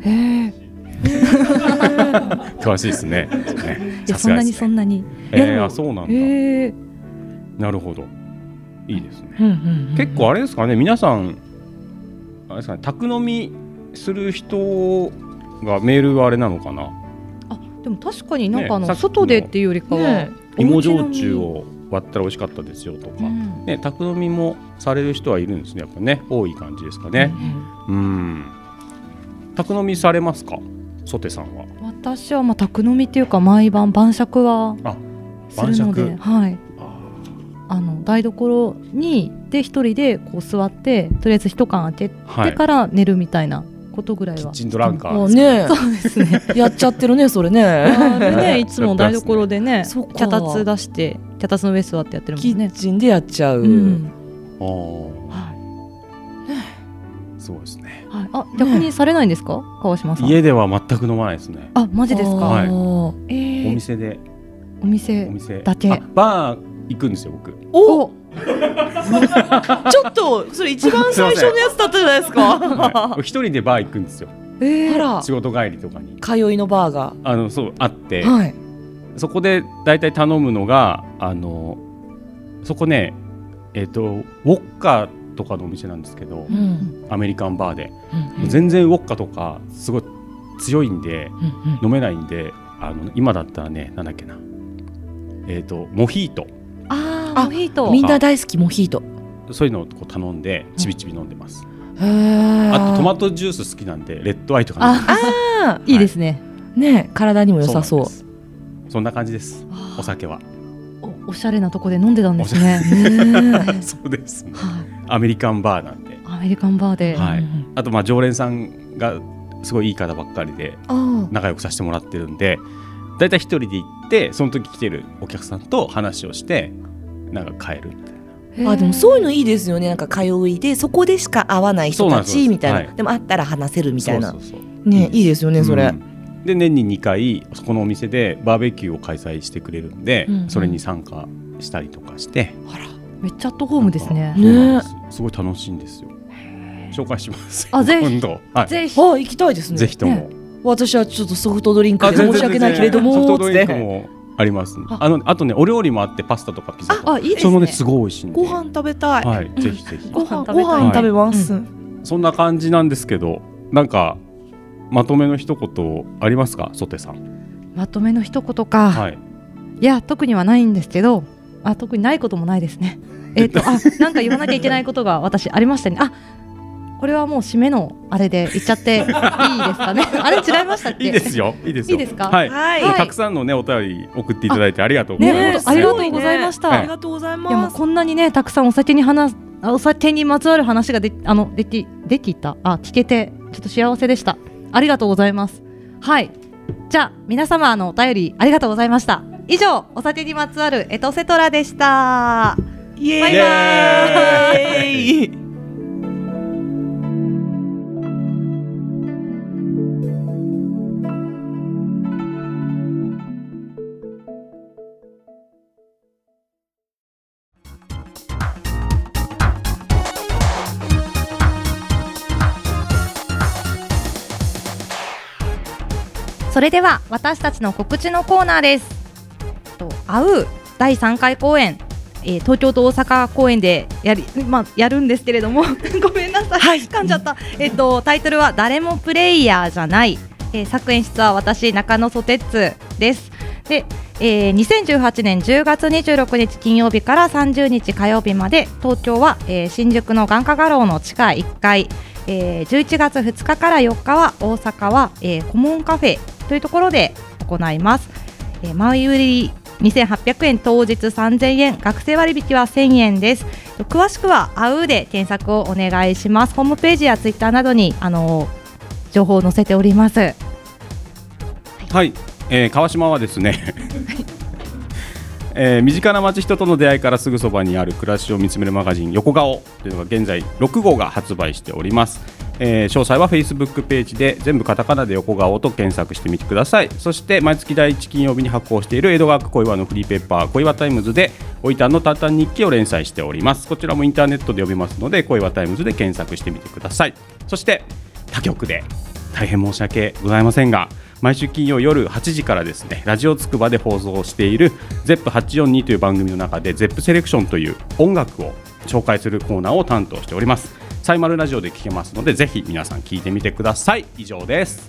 Speaker 1: へえ
Speaker 3: 詳しいですね
Speaker 1: いやそんなにそん
Speaker 3: な
Speaker 1: なに
Speaker 3: えーあそうなんだ、
Speaker 1: へえ
Speaker 3: なるほどいいですね、
Speaker 2: うんうんうん
Speaker 3: 結構あれですかね皆さんあれですかね宅飲みする人がメールはあれなのかな
Speaker 1: あでも確かになんかあの、
Speaker 3: ねさっきの
Speaker 1: 外でっていうよりかは、
Speaker 2: ね
Speaker 3: 芋焼酎を割ったら美味しかったですよとか、
Speaker 1: うん
Speaker 3: ね宅飲みもされる人はいるんですねやっぱね多い感じですかねうん宅飲みされますかソテさんは
Speaker 1: 私はまあ宅飲みっていうか毎晩晩酌は
Speaker 3: あ
Speaker 1: するので
Speaker 3: 晩酌
Speaker 1: はい
Speaker 3: あ
Speaker 1: あの台所にで一人でこう座ってとりあえず一缶開け
Speaker 3: は
Speaker 1: て
Speaker 3: い
Speaker 1: から寝るみたいなことぐらい
Speaker 3: キッ
Speaker 1: は、
Speaker 3: チンドランカー
Speaker 2: あ
Speaker 3: ですね
Speaker 2: ね
Speaker 1: そうですね
Speaker 2: やっちゃってるねそれね
Speaker 1: あれ ねいつも台所でね
Speaker 2: そうか
Speaker 1: 脚立出して脚立の上座ってやってるも
Speaker 2: キ
Speaker 1: ん
Speaker 2: ッ
Speaker 1: ね
Speaker 2: チンでやっちゃう、
Speaker 1: うん
Speaker 3: あーそうですね
Speaker 1: はい、あ逆にされないんですか川島さん
Speaker 3: 家では全く飲まないですね。
Speaker 1: あマジですか、
Speaker 3: はい
Speaker 2: あー
Speaker 1: え
Speaker 3: お
Speaker 1: ー、
Speaker 3: 店で、
Speaker 1: お店
Speaker 3: お店
Speaker 1: だけ
Speaker 3: あバー行くんですよ僕。
Speaker 2: おちょっとそれ一番最初のやつだったじゃないですか
Speaker 3: はい一人でバー行くんですよ。
Speaker 1: えー
Speaker 2: あら
Speaker 3: 仕事帰りとかに
Speaker 2: 通いのバーが
Speaker 3: あのそうあって、
Speaker 2: はい
Speaker 3: そこでだいたい頼むのがあのそこねえっ、とウォッカとかのお店なんですけど、
Speaker 2: うん
Speaker 3: アメリカンバーで、
Speaker 2: うんうん
Speaker 3: 全然ウォッカとかすごい強いんで
Speaker 2: うん
Speaker 3: 飲めないんであの今だったらねなんだっけなえっ、とモヒート
Speaker 1: あーモヒー
Speaker 2: う
Speaker 1: ト
Speaker 2: んみんな大好きモヒート
Speaker 3: そういうのをこう頼んでちびちび飲んでます、
Speaker 2: あ
Speaker 3: あとトマトジュース好きなんでレッドアイとか飲んで
Speaker 1: あ
Speaker 2: あ
Speaker 1: いいですね、
Speaker 2: ーね体にも良さそう
Speaker 3: そうなんですそんな感じですお酒は
Speaker 1: おおしゃれなとこで飲んでたんですね
Speaker 2: ね
Speaker 3: そうですね
Speaker 1: はい
Speaker 3: アメリカンバーなんで
Speaker 1: アメリカンバーで、
Speaker 3: はい
Speaker 2: うん
Speaker 3: あとまあ常連さんがすごいいい方ばっかりで
Speaker 2: あー
Speaker 3: 仲良くさせてもらってるんでだいたい一人で行ってその時来てるお客さんと話をしてなんか帰るみたいな
Speaker 2: あでもそういうのいいですよねなんか通いでそこでしか会わない人た
Speaker 3: そうなんです
Speaker 2: ちみたいなで,、
Speaker 3: はい
Speaker 2: も会ったら話せるみたいな
Speaker 3: そうそうそう
Speaker 2: ねいいですよねそれ、
Speaker 3: うんで年に2回そこのお店でバーベキューを開催してくれるんで、
Speaker 2: うんうん
Speaker 3: それに参加したりとかして
Speaker 1: めっちゃアットホームですね
Speaker 3: そうなんですすごい楽しいんですよ紹介します
Speaker 1: あぜひ
Speaker 3: 今度、はい、ぜ
Speaker 1: ぜひ
Speaker 2: あ行きたいですね
Speaker 3: ひとも、
Speaker 2: 私はちょっとソフトドリンク
Speaker 3: あ
Speaker 2: で
Speaker 3: 全然
Speaker 2: 申し訳ないけれど
Speaker 3: 全然ソ
Speaker 2: も
Speaker 3: フトドリンクもあります、
Speaker 1: あ
Speaker 3: あのあとねお料理もあってパスタとかピザとか
Speaker 1: あいいですね
Speaker 3: それもねすごい美味しいんで
Speaker 2: ご飯食べたい、
Speaker 3: はいぜひぜひ
Speaker 2: ご
Speaker 1: ご飯食べ
Speaker 2: 飯
Speaker 1: たい
Speaker 2: ご飯食べます、
Speaker 3: そんな感じなんですけどなんかまとめの一言ありますかソテさん
Speaker 1: まとめの一言か、
Speaker 3: はい
Speaker 1: いや特にはないんですけどあ特にないこともないです ねえっ、とあなんか言わなきゃいけないことが私ありましたねあこれはもう締めのあれで言っちゃっていいですか ねあれ違いましたっけ
Speaker 3: いいですよいいです
Speaker 1: い
Speaker 3: よ
Speaker 1: いですか
Speaker 3: はい
Speaker 2: はい
Speaker 1: はい
Speaker 3: たくさんのねお便り送っていただいてありがとうござい
Speaker 1: ね
Speaker 3: ま
Speaker 1: 本
Speaker 3: す、
Speaker 1: 当ありがとうございました、
Speaker 3: はい
Speaker 2: ありがとうござい
Speaker 1: いやも
Speaker 2: ま
Speaker 1: う
Speaker 2: す
Speaker 1: こんなにねたくさんお酒に話すあお酒にまつわる話がであのできできたあ聞けてちょっと幸せでしたありがとうございますはいじゃあ皆様あのお便りありがとうございました以上お酒にまつわるエトセトラでした
Speaker 2: イエーイ
Speaker 1: バイ
Speaker 3: イエーイ
Speaker 1: それでは私たちの告知のコーナーです。と会う第3回公演、えー東京と大阪公演でやり、 まあ、やるんですけれども ごめんなさい、噛んじゃった、えっとタイトルは「誰もプレイヤーじゃない」えー作演出は私中野ソテッツです。でえー2018年10月26日金曜日から30日火曜日まで東京は、えー新宿の眼科画廊の地下1階、えー11月2日から4日は大阪は、えーコモンカフェというところで行います、えー前売り2800円当日3000円学生割引は1000円です詳しくは「あう」で検索をお願いしますホームページやツイッターなどにあの情報を載せております
Speaker 3: はい、えー川島はですね、 えー身近な街人との出会いからすぐそばにある暮らしを見つめるマガジン「横顔」というのが現在6号が発売しております、えー詳細は Facebook ページで全部カタカナで「横顔」と検索してみてくださいそして毎月第1金曜日に発行している江戸川区小岩のフリーペーパー「小岩タイムズ」でおいたんのタンタン日記を連載しておりますこちらもインターネットで読めますので小岩タイムズで検索してみてくださいそして他局で大変申し訳ございませんが毎週金曜夜8時からですねラジオつくばで放送している ZEP842 という番組の中で ZEP セレクションという音楽を紹介するコーナーを担当しておりますサイマルラジオで聴けますのでぜひ皆さん聞いてみてください以上です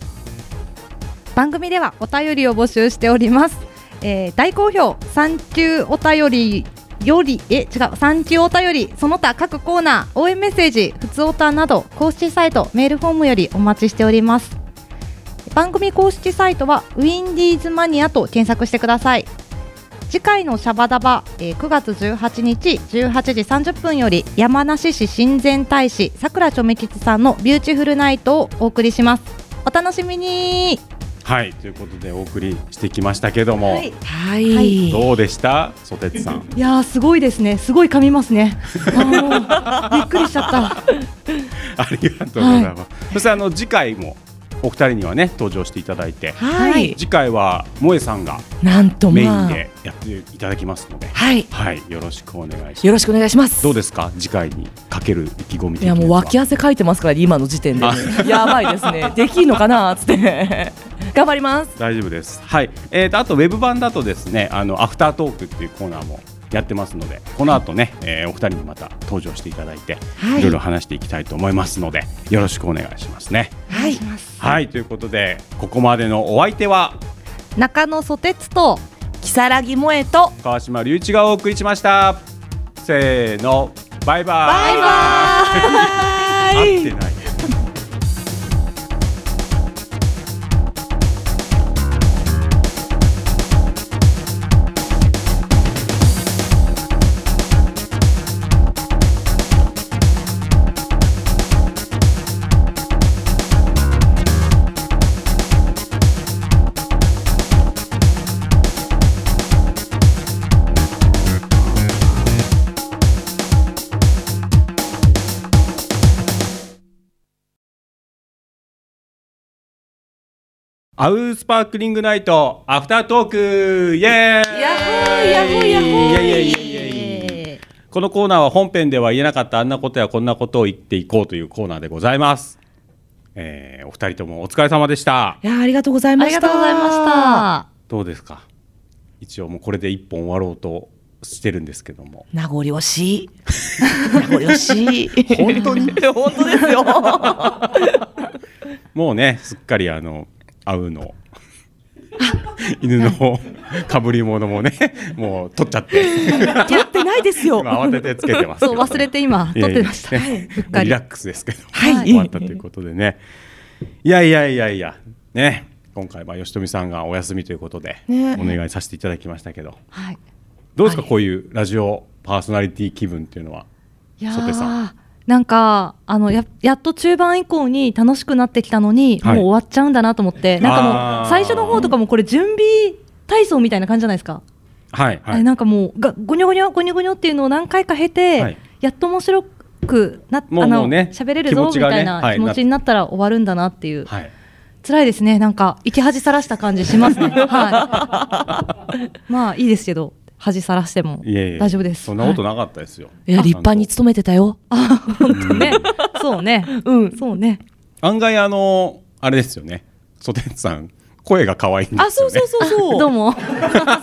Speaker 1: 番組ではお便りを募集しております、えー大好評産休お便りよりえ違う産休お便りその他各コーナー応援メッセージふつおたなど公式サイトメールフォームよりお待ちしております番組公式サイトはウィンディーズマニアと検索してください次回のシャバダバ、えー9月18日18時30分より山梨市親善大使さくらちょめきちさんのビューティフルナイトをお送りしますお楽しみに
Speaker 3: はいということでお送りしてきましたけども、
Speaker 1: はい
Speaker 2: はい、
Speaker 1: はい
Speaker 3: どうでしたソテツさん
Speaker 1: いやーすごいですね。すごい噛みますね。 あーびっくりしちゃった。
Speaker 3: ありがとうございます、そしてあの次回もお二人にはね登場していただいて
Speaker 2: はい
Speaker 3: 次回は萌えさんが
Speaker 2: なんと
Speaker 3: メイン
Speaker 2: まあ
Speaker 3: でやっていただきますので、
Speaker 2: はい
Speaker 3: はい、よろしくお願いします
Speaker 2: よろしくお願いします
Speaker 3: どうですか次回にかける意気込み
Speaker 2: い
Speaker 3: 的
Speaker 2: や
Speaker 3: な
Speaker 2: もう
Speaker 3: のは
Speaker 2: 脇汗かいてますからね今の時点で
Speaker 3: あ
Speaker 2: やばいです ねできんのかなーっつって頑張ります
Speaker 3: 大丈夫ですはいえー、とあとウェブ版だとですねあのアフタートークっていうコーナーもやってますのでこの後ね、えーお二人にまた登場していただいて、
Speaker 2: はい
Speaker 3: いろいろ話していきたいと思いますのでよろしくお願いしますね
Speaker 2: はい
Speaker 3: はいということでここまでのお相手は
Speaker 1: 中野ソテツと
Speaker 2: 如月萌と
Speaker 3: 川島隆一がお送りしましたせーのバイバイ
Speaker 2: バイ
Speaker 3: 合ってないアウスパークリングナイトアフタートークイエーイ
Speaker 2: やっほーいやっほーいやっほーい
Speaker 3: イエイイエイイエイイエイこのコーナーは本編では言えなかったあんなことやこんなことを言っていこうというコーナーでございます、えーお二人ともお疲れ様でした
Speaker 2: いやありがとうござい
Speaker 1: あ
Speaker 2: ま
Speaker 1: り
Speaker 2: し
Speaker 1: が
Speaker 2: た
Speaker 1: とうございました。
Speaker 3: どうですか一応もうこれで一本終わろうとしてるんですけども
Speaker 2: 名残惜し い名残惜しい
Speaker 3: 本当に
Speaker 2: 本当ですよ
Speaker 3: もうねすっかりあの会 うの犬のかぶり物もねもう取っちゃって
Speaker 2: やってないですよ
Speaker 3: 今慌ててつけてますけ
Speaker 1: そ
Speaker 3: ど
Speaker 1: う
Speaker 3: ね
Speaker 1: 忘れて今撮ってました。
Speaker 3: いやいやね
Speaker 1: うっかり
Speaker 3: リラックスですけど、
Speaker 2: はい
Speaker 3: 終わったということでね。いやいやいやいや、ね、今回は吉富さんがお休みということで、
Speaker 2: ね
Speaker 3: お願いさせていただきましたけど。
Speaker 1: はい。
Speaker 3: どうですか、こういうラジオパーソナリティ気分っていうのは。
Speaker 1: いや
Speaker 3: ソテさ
Speaker 1: ーなんかあのややっと中盤以降に楽しくなってきたのに、
Speaker 3: はい
Speaker 1: もう終わっちゃうんだなと思ってなんか
Speaker 3: あ
Speaker 1: も
Speaker 3: ー
Speaker 1: う最初の方とかもこれ準備体操みたいな感じじゃないですか、
Speaker 3: はい、
Speaker 1: あれなんかもうがごにょごにょごにょごにょっていうのを何回か経て、
Speaker 3: はい
Speaker 1: やっと面白くな
Speaker 3: もう
Speaker 1: あ
Speaker 3: も
Speaker 1: の
Speaker 3: うね
Speaker 1: 喋れる
Speaker 3: 気
Speaker 1: ぞ
Speaker 3: 持
Speaker 1: み
Speaker 3: ちがね
Speaker 1: たいな
Speaker 3: はい
Speaker 1: 気持ちになったら終わるんだなっていう、
Speaker 3: はい。
Speaker 1: 辛いですねなんか生き恥さらした感じしますね はいまあいいですけど恥さらしても
Speaker 3: いえいえ、
Speaker 1: 大丈夫です
Speaker 3: そんなことなかったですよ。
Speaker 2: いや立派に
Speaker 3: ちゃんと
Speaker 2: 勤めてたよ
Speaker 1: はいねそうね
Speaker 2: うん
Speaker 1: そうね
Speaker 3: 案外、あの、あれですよね。ソテツさん、声が可愛いんですよ、ね。
Speaker 2: あそうそうそう そう
Speaker 1: どうも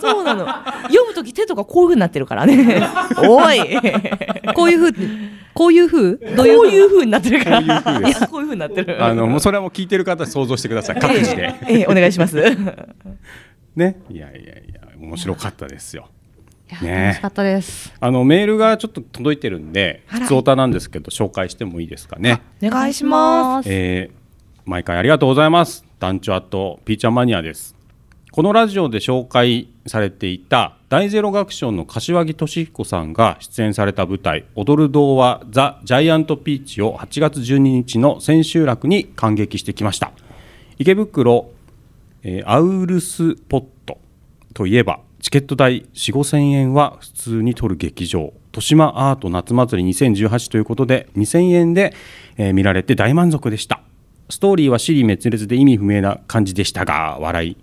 Speaker 2: そうなの読むとき手とかこういうふうになってるからねおい
Speaker 1: こういうふうって、こういうふう
Speaker 2: こういうふうになってるから
Speaker 3: こういう風です
Speaker 2: やこういうふうになってる
Speaker 3: あの、もうそれはもう聞いてる方、想像してください。各
Speaker 2: え
Speaker 3: 自で。
Speaker 2: えええお願いします
Speaker 3: ね。いやいやいや、面白かったですよ。
Speaker 1: いや楽しかったです。。
Speaker 3: あのメールがちょっと届いてるんで、
Speaker 2: あら
Speaker 3: 普通歌なんですけど紹介してもいいですかね。
Speaker 2: お願いします
Speaker 3: えー毎回ありがとうございます。団長とピーちゃんマニアです。このラジオで紹介されていた大ゼロ学ションの柏木俊彦さんが出演された舞台「踊る童話ザ・ジャイアント・ピーチ」を8月12日の千秋楽に感激してきました池袋、えーアウルスポットといえばチケット代4 5千円は普通に取る劇場豊島アート夏祭り2018ということで2000円で、えー見られて大満足でしたストーリーは支離滅裂で意味不明な感じでしたが笑い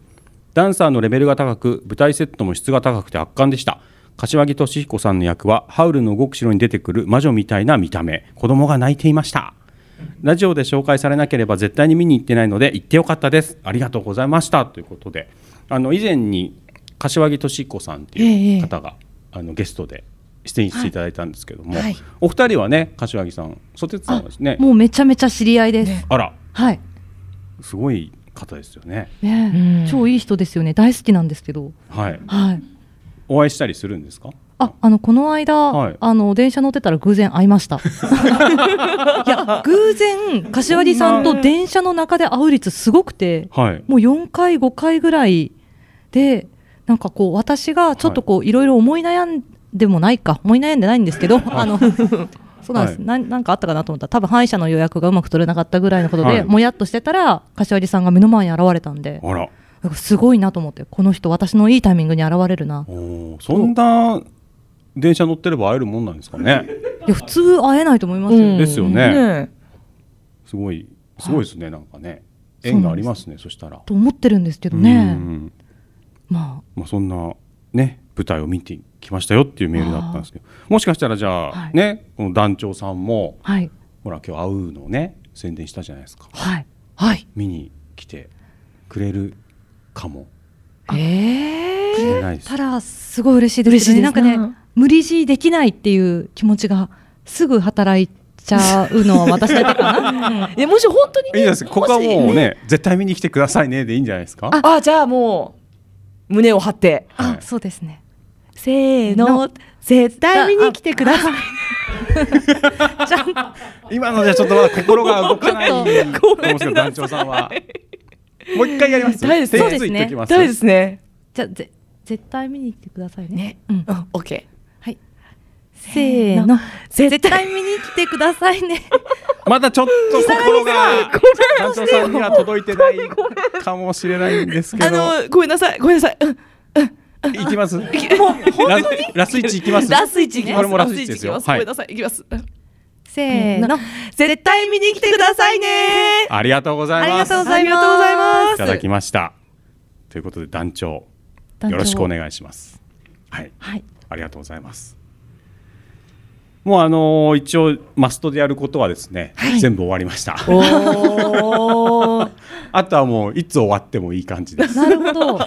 Speaker 3: ダンサーのレベルが高く舞台セットも質が高くて圧巻でした柏木俊彦さんの役はハウルの動く城に出てくる魔女みたいな見た目子供が泣いていましたラジオで紹介されなければ絶対に見に行ってないので行ってよかったですありがとうございましたということであの以前に柏木俊彦さんっていう方が、あのゲストで出演していただいたんですけども、
Speaker 2: はい
Speaker 3: お二人はね柏木さんソテツさんはですね
Speaker 1: もうめちゃめちゃ知り合いです。
Speaker 3: あら
Speaker 1: はい。
Speaker 3: すごい方ですよね
Speaker 1: ね、
Speaker 2: うん
Speaker 1: 超いい人ですよね。大好きなんですけど。
Speaker 3: はい
Speaker 1: はい。
Speaker 3: お会いしたりするんですか
Speaker 1: あ、あのこの間、
Speaker 3: はい
Speaker 1: あの電車乗ってたら偶然会いました。いや、偶然柏木さんと電車の中で会う率すごくて、
Speaker 3: はい
Speaker 1: もう4回5回ぐらいで、なんかこう私がちょっとこういろいろ思い悩んでもないか、思い悩んでないんですけど、あの。そうなんです、
Speaker 3: はい
Speaker 1: なんなんかあったかなと思ったら多分歯医者の予約がうまく取れなかったぐらいのことで、
Speaker 3: はい
Speaker 1: もやっとしてたら柏木さんが目の前に現れたんで
Speaker 3: あら
Speaker 1: なんかすごいなと思ってこの人私のいいタイミングに現れるな
Speaker 3: おーそんな電車乗ってれば会えるもんなんですかね
Speaker 1: いや普通会えないと思いますよ、
Speaker 2: うん
Speaker 3: ですよね
Speaker 2: ね
Speaker 3: すごいすごいですねなんかね縁がありますねそしたら
Speaker 1: と思ってるんですけど
Speaker 3: うんう
Speaker 1: ね、
Speaker 3: ん
Speaker 1: ま
Speaker 3: まあそんなね舞台を見てきましたよっていうメールだったんですけどもしかしたらじゃあ、
Speaker 1: はい
Speaker 3: ねこの団長さんも
Speaker 1: あはい
Speaker 3: ほら今日会うのをね宣伝したじゃないですか
Speaker 1: はい
Speaker 2: はい
Speaker 3: 見に来てくれるかも
Speaker 1: え
Speaker 3: しれないです
Speaker 1: たらすごい嬉しいですけどねなんかね無理強いできないっていう気持ちがすぐ働いちゃうのは私だけか な、うん
Speaker 2: えもし本当に
Speaker 3: いい
Speaker 2: ね
Speaker 3: じゃないですかここはもう
Speaker 2: も
Speaker 3: ね
Speaker 2: し
Speaker 3: 絶対見に来てくださいねでいいんじゃないですか
Speaker 1: あ
Speaker 2: あじゃあもう胸を張って
Speaker 3: はい
Speaker 1: あそうですね
Speaker 2: せーの絶対見に来てください
Speaker 3: 今のじゃちょっとまだ心が動かないと思うんですけど団長さんはもう一回やります
Speaker 2: 大丈夫
Speaker 3: 手ついておきます
Speaker 2: 大丈夫ですね。
Speaker 1: じゃあぜ絶対見に来てくださいね
Speaker 2: ね、
Speaker 1: うん
Speaker 2: うん、オッケー。
Speaker 1: はいせーの
Speaker 2: 絶
Speaker 1: 絶
Speaker 2: 対
Speaker 1: 対見に来てくださ いね
Speaker 3: まだちょっと心が
Speaker 2: ごめん
Speaker 3: 団長さんには届い てないかもしれないんですけ
Speaker 2: あ
Speaker 3: ど
Speaker 2: のごめんなさいごめんなさい。うん
Speaker 3: いきます
Speaker 2: もう本当
Speaker 3: ラ
Speaker 2: に
Speaker 3: スラスイチいきます
Speaker 2: ラスイチ行きます。
Speaker 3: これもラスイチですよ
Speaker 2: ライ行きます
Speaker 3: は
Speaker 2: ご
Speaker 3: い
Speaker 2: めんなさい行きます。
Speaker 1: せーの
Speaker 2: 絶対見に来てくださいね。
Speaker 3: ありがとうござ
Speaker 1: あ
Speaker 3: い
Speaker 1: り
Speaker 3: ま
Speaker 1: が
Speaker 3: す
Speaker 1: とうご
Speaker 3: い
Speaker 1: ざいます
Speaker 2: ありがとうございます
Speaker 3: ただきましたということで団長
Speaker 1: 団長
Speaker 3: よろしくお願いしますはい
Speaker 1: はい
Speaker 3: ありがとうございますもうあのー一応マストでやることはですね、全部終わりました
Speaker 2: おー
Speaker 3: あとはもういつ終わってもいい感じ です
Speaker 1: なるほど、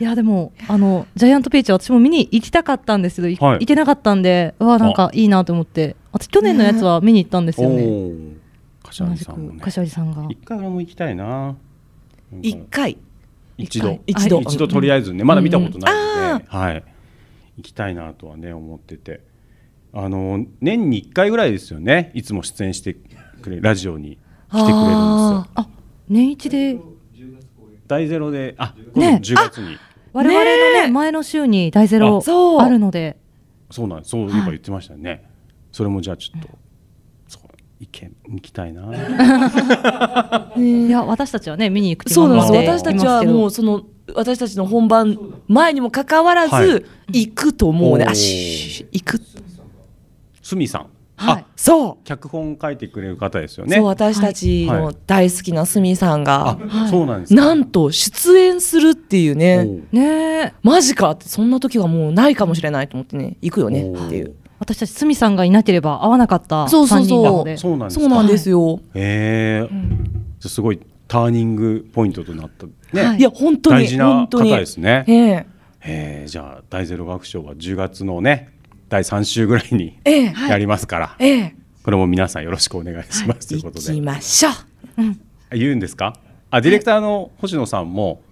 Speaker 1: い、やでもあのジャイアントピーチ私も見に行きたかったんですけど、い
Speaker 3: はい
Speaker 1: 行けなかったんでうわなんかいいなと思って私去年のやつは見に行ったんですよね
Speaker 3: おー
Speaker 1: 同
Speaker 3: 柏木
Speaker 1: じ
Speaker 3: さんも
Speaker 1: く
Speaker 3: ね
Speaker 1: 柏木さんが
Speaker 3: 一回俺も行きたいななんか
Speaker 2: 一回
Speaker 3: 一度
Speaker 2: 一回
Speaker 3: は
Speaker 2: 一度
Speaker 3: い一度とりあえずねまだ見たことないので、
Speaker 2: う
Speaker 3: はい行きたいなとはね思っててあの年に1回ぐらいですよねいつも出演してくれラジオに来てくれるんですよ
Speaker 1: あ年一で
Speaker 3: 大ゼロであ今度
Speaker 1: ね
Speaker 3: 10月に、
Speaker 1: 我々のね前の週に大ゼロ
Speaker 2: あそう
Speaker 1: あるので
Speaker 3: そうなんですそういえば言ってましたよね、それもじゃあちょっと、そう行け行きたいな
Speaker 1: いや私たちはね見に行く気
Speaker 2: そうなん
Speaker 3: ま
Speaker 2: ですす。私
Speaker 3: ね
Speaker 2: たちはもうその私たちの本番前にもかかわら
Speaker 3: はい
Speaker 2: ず行くと思うね。
Speaker 3: おー
Speaker 2: あし行く。
Speaker 3: すみさん
Speaker 1: はい
Speaker 2: そう。
Speaker 3: 脚本書いてくれる方ですよね
Speaker 2: そう私たちの大好きなすみさん
Speaker 3: あ、
Speaker 2: が
Speaker 3: そうなんですか
Speaker 2: なんと出演するっていう
Speaker 3: お
Speaker 2: ね。
Speaker 3: ー
Speaker 1: ねえ
Speaker 2: マジかってそんな時はもうないかもしれないと思ってね行くよねっていう。
Speaker 1: 私たちすみさんがいなければ会わなかった
Speaker 2: そうそうそ
Speaker 1: 3人
Speaker 2: う
Speaker 1: なので
Speaker 3: そうなんです
Speaker 2: そ
Speaker 3: か
Speaker 2: うなんですよ。
Speaker 3: へえ、じゃあすごいターニングポイントとなったね、
Speaker 1: はい
Speaker 2: いや本当
Speaker 3: 大
Speaker 2: に
Speaker 3: 事な
Speaker 2: 本当
Speaker 3: 方
Speaker 2: に。
Speaker 3: ですね。
Speaker 2: ええ
Speaker 3: えー、じゃあ大ゼロ学賞は10月のね第3週ぐらいに
Speaker 2: ええ
Speaker 3: やりますから、
Speaker 2: ええ。
Speaker 3: これも皆さんよろしくお願いします、という
Speaker 2: 行
Speaker 3: こと
Speaker 2: き
Speaker 3: で
Speaker 2: ましょう。
Speaker 3: 言うんですかあディレクターの星野さんも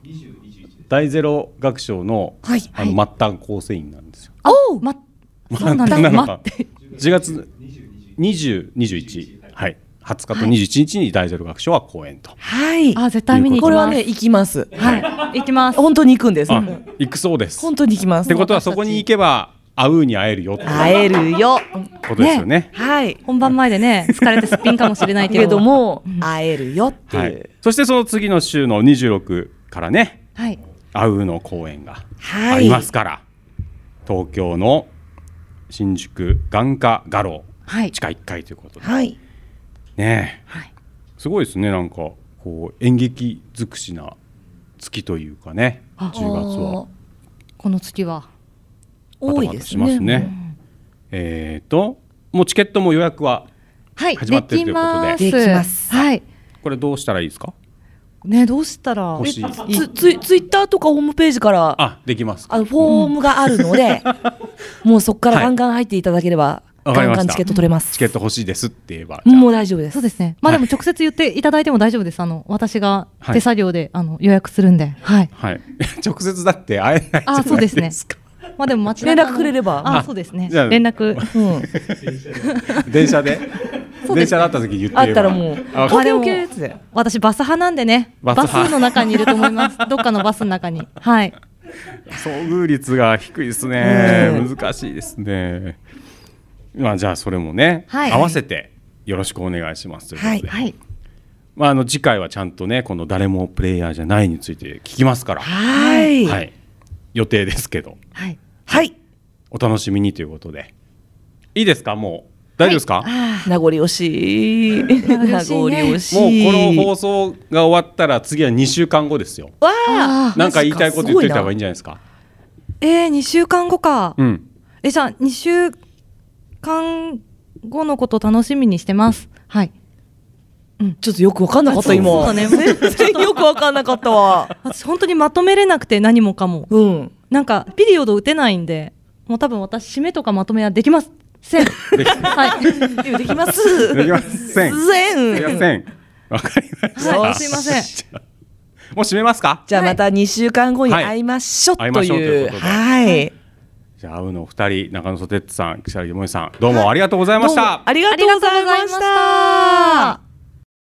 Speaker 3: 大ゼロ学賞の,、
Speaker 2: はい
Speaker 3: あの末端構成員なんですよ。
Speaker 1: おまそうなんだ
Speaker 3: 末端
Speaker 1: 待
Speaker 3: か
Speaker 1: って
Speaker 3: 10月2021はい20日と21日に大ゼロ学賞は公演と、
Speaker 2: はい。
Speaker 1: あ絶対見に行
Speaker 2: こ
Speaker 1: き
Speaker 2: れは
Speaker 1: ます
Speaker 2: ね行きます。
Speaker 1: はい行きます
Speaker 2: 本当に行くんです。
Speaker 3: あ行くそうです。
Speaker 2: 本当に行きます。
Speaker 3: ってことはそこに行けば会うに会えるよって
Speaker 2: 会えるよ。
Speaker 3: ことですよね。
Speaker 2: はい。
Speaker 1: 本番前でね疲れてすっぴんかもしれないけ
Speaker 2: け
Speaker 1: れ
Speaker 2: ど
Speaker 1: ども
Speaker 2: も会えるよって。。
Speaker 3: はいいうそしてその次の週の26からね、
Speaker 1: はい
Speaker 3: 会うの公演が
Speaker 2: はい
Speaker 3: ありますから、東京の新宿眼科画廊
Speaker 1: はい
Speaker 3: 地下1階ということで、
Speaker 2: はい。
Speaker 3: ねえ、
Speaker 1: はい
Speaker 3: すごいですねなんかこう演劇尽くしな月というかね、10月は
Speaker 1: この月は
Speaker 2: 多い
Speaker 3: バタバ
Speaker 2: で
Speaker 3: タ
Speaker 2: す
Speaker 3: しま
Speaker 2: ね。
Speaker 3: すね。えっ、ともうチケットも予約は
Speaker 1: はい
Speaker 3: 始まってるということで
Speaker 2: できます
Speaker 1: はい
Speaker 3: これどうしたらいいですか？
Speaker 1: ねどうしたら
Speaker 3: 欲しい。
Speaker 2: ツツツイッターとかホームページから
Speaker 3: あできます。
Speaker 2: あのフォームがあるので、もうそこからガンガン入っていただければ、
Speaker 3: わか
Speaker 2: ガ
Speaker 3: り
Speaker 2: ン
Speaker 3: ました
Speaker 2: ガンチケット取れます。
Speaker 3: チケット欲しいですって言えば、じゃあ
Speaker 2: もう大丈夫で
Speaker 1: そ
Speaker 2: す
Speaker 1: う。ですねまあでも直接言っていただいても大丈夫ですあの私が手作業であの予約するんではい
Speaker 3: はい。 直接だって会えないじゃ
Speaker 1: あ
Speaker 3: な
Speaker 1: そう
Speaker 3: い
Speaker 1: ですね
Speaker 3: ですか。
Speaker 1: まあでも町田
Speaker 2: 連
Speaker 1: さん
Speaker 2: 絡くれれば。
Speaker 1: あそうですね
Speaker 3: じゃあ
Speaker 1: 連絡
Speaker 2: うん。
Speaker 3: 電車で、電車だった時言って
Speaker 2: あ
Speaker 3: 言
Speaker 2: っ
Speaker 3: え
Speaker 2: た
Speaker 3: ば
Speaker 2: らもう、
Speaker 3: あわ
Speaker 2: オ
Speaker 3: か
Speaker 2: ッ
Speaker 3: っ
Speaker 1: で
Speaker 2: ケー
Speaker 1: も
Speaker 2: オッケーっつって。
Speaker 1: 私バス派なんでね
Speaker 3: バ
Speaker 1: バ
Speaker 3: ス派
Speaker 1: スの中にいると思いますどっかのバスの中にはい
Speaker 3: 遭遇率が低いですね。
Speaker 2: う
Speaker 3: 難しいですね。まあじゃあそれもね、
Speaker 1: はい
Speaker 3: 合わせてよろしくお願いしますということで。
Speaker 1: はい
Speaker 3: まああの次回はちゃんとねこの誰もプレイヤーじゃないについて聞きますから、は
Speaker 2: はい。はい
Speaker 3: い。予定ですけど、
Speaker 1: はい。
Speaker 2: はい
Speaker 3: お楽しみにということで。いいですかもう大丈夫ですか？
Speaker 2: 名残惜しい。名残惜しい。
Speaker 3: もうこの放送が終わったら次は2週間後ですよ。
Speaker 2: わあ
Speaker 3: なんか言いたいこと言っていた方がいいんじゃないですか。
Speaker 1: えー、2週間後か、
Speaker 3: うん。
Speaker 1: えじゃあ2週間後のこと楽しみにしてますはい
Speaker 2: ちょっとよくわかんなかった今。
Speaker 1: そうだね
Speaker 2: 全然よくわかんなかったわ。
Speaker 1: 私本当にまとめれなくて何もかも
Speaker 2: うん。
Speaker 1: なんかピリオド打てないんでもう多分私締めとかまとめはできませんはい
Speaker 2: でもできます。
Speaker 3: できません。す
Speaker 2: 全
Speaker 3: いません。わかりました。
Speaker 1: はいすいません
Speaker 3: もう閉めますか。
Speaker 2: じゃあまた2週間後に
Speaker 3: はい
Speaker 2: 会いましょう
Speaker 3: 会い
Speaker 2: と
Speaker 3: ましょうと
Speaker 2: い
Speaker 3: いう
Speaker 2: う。
Speaker 3: ことで
Speaker 2: はい。
Speaker 3: じじゃあ、会うのお二人、中野ソテッツさん、木更木萌さん、どうもありがとうございました。
Speaker 2: ありがとうございました。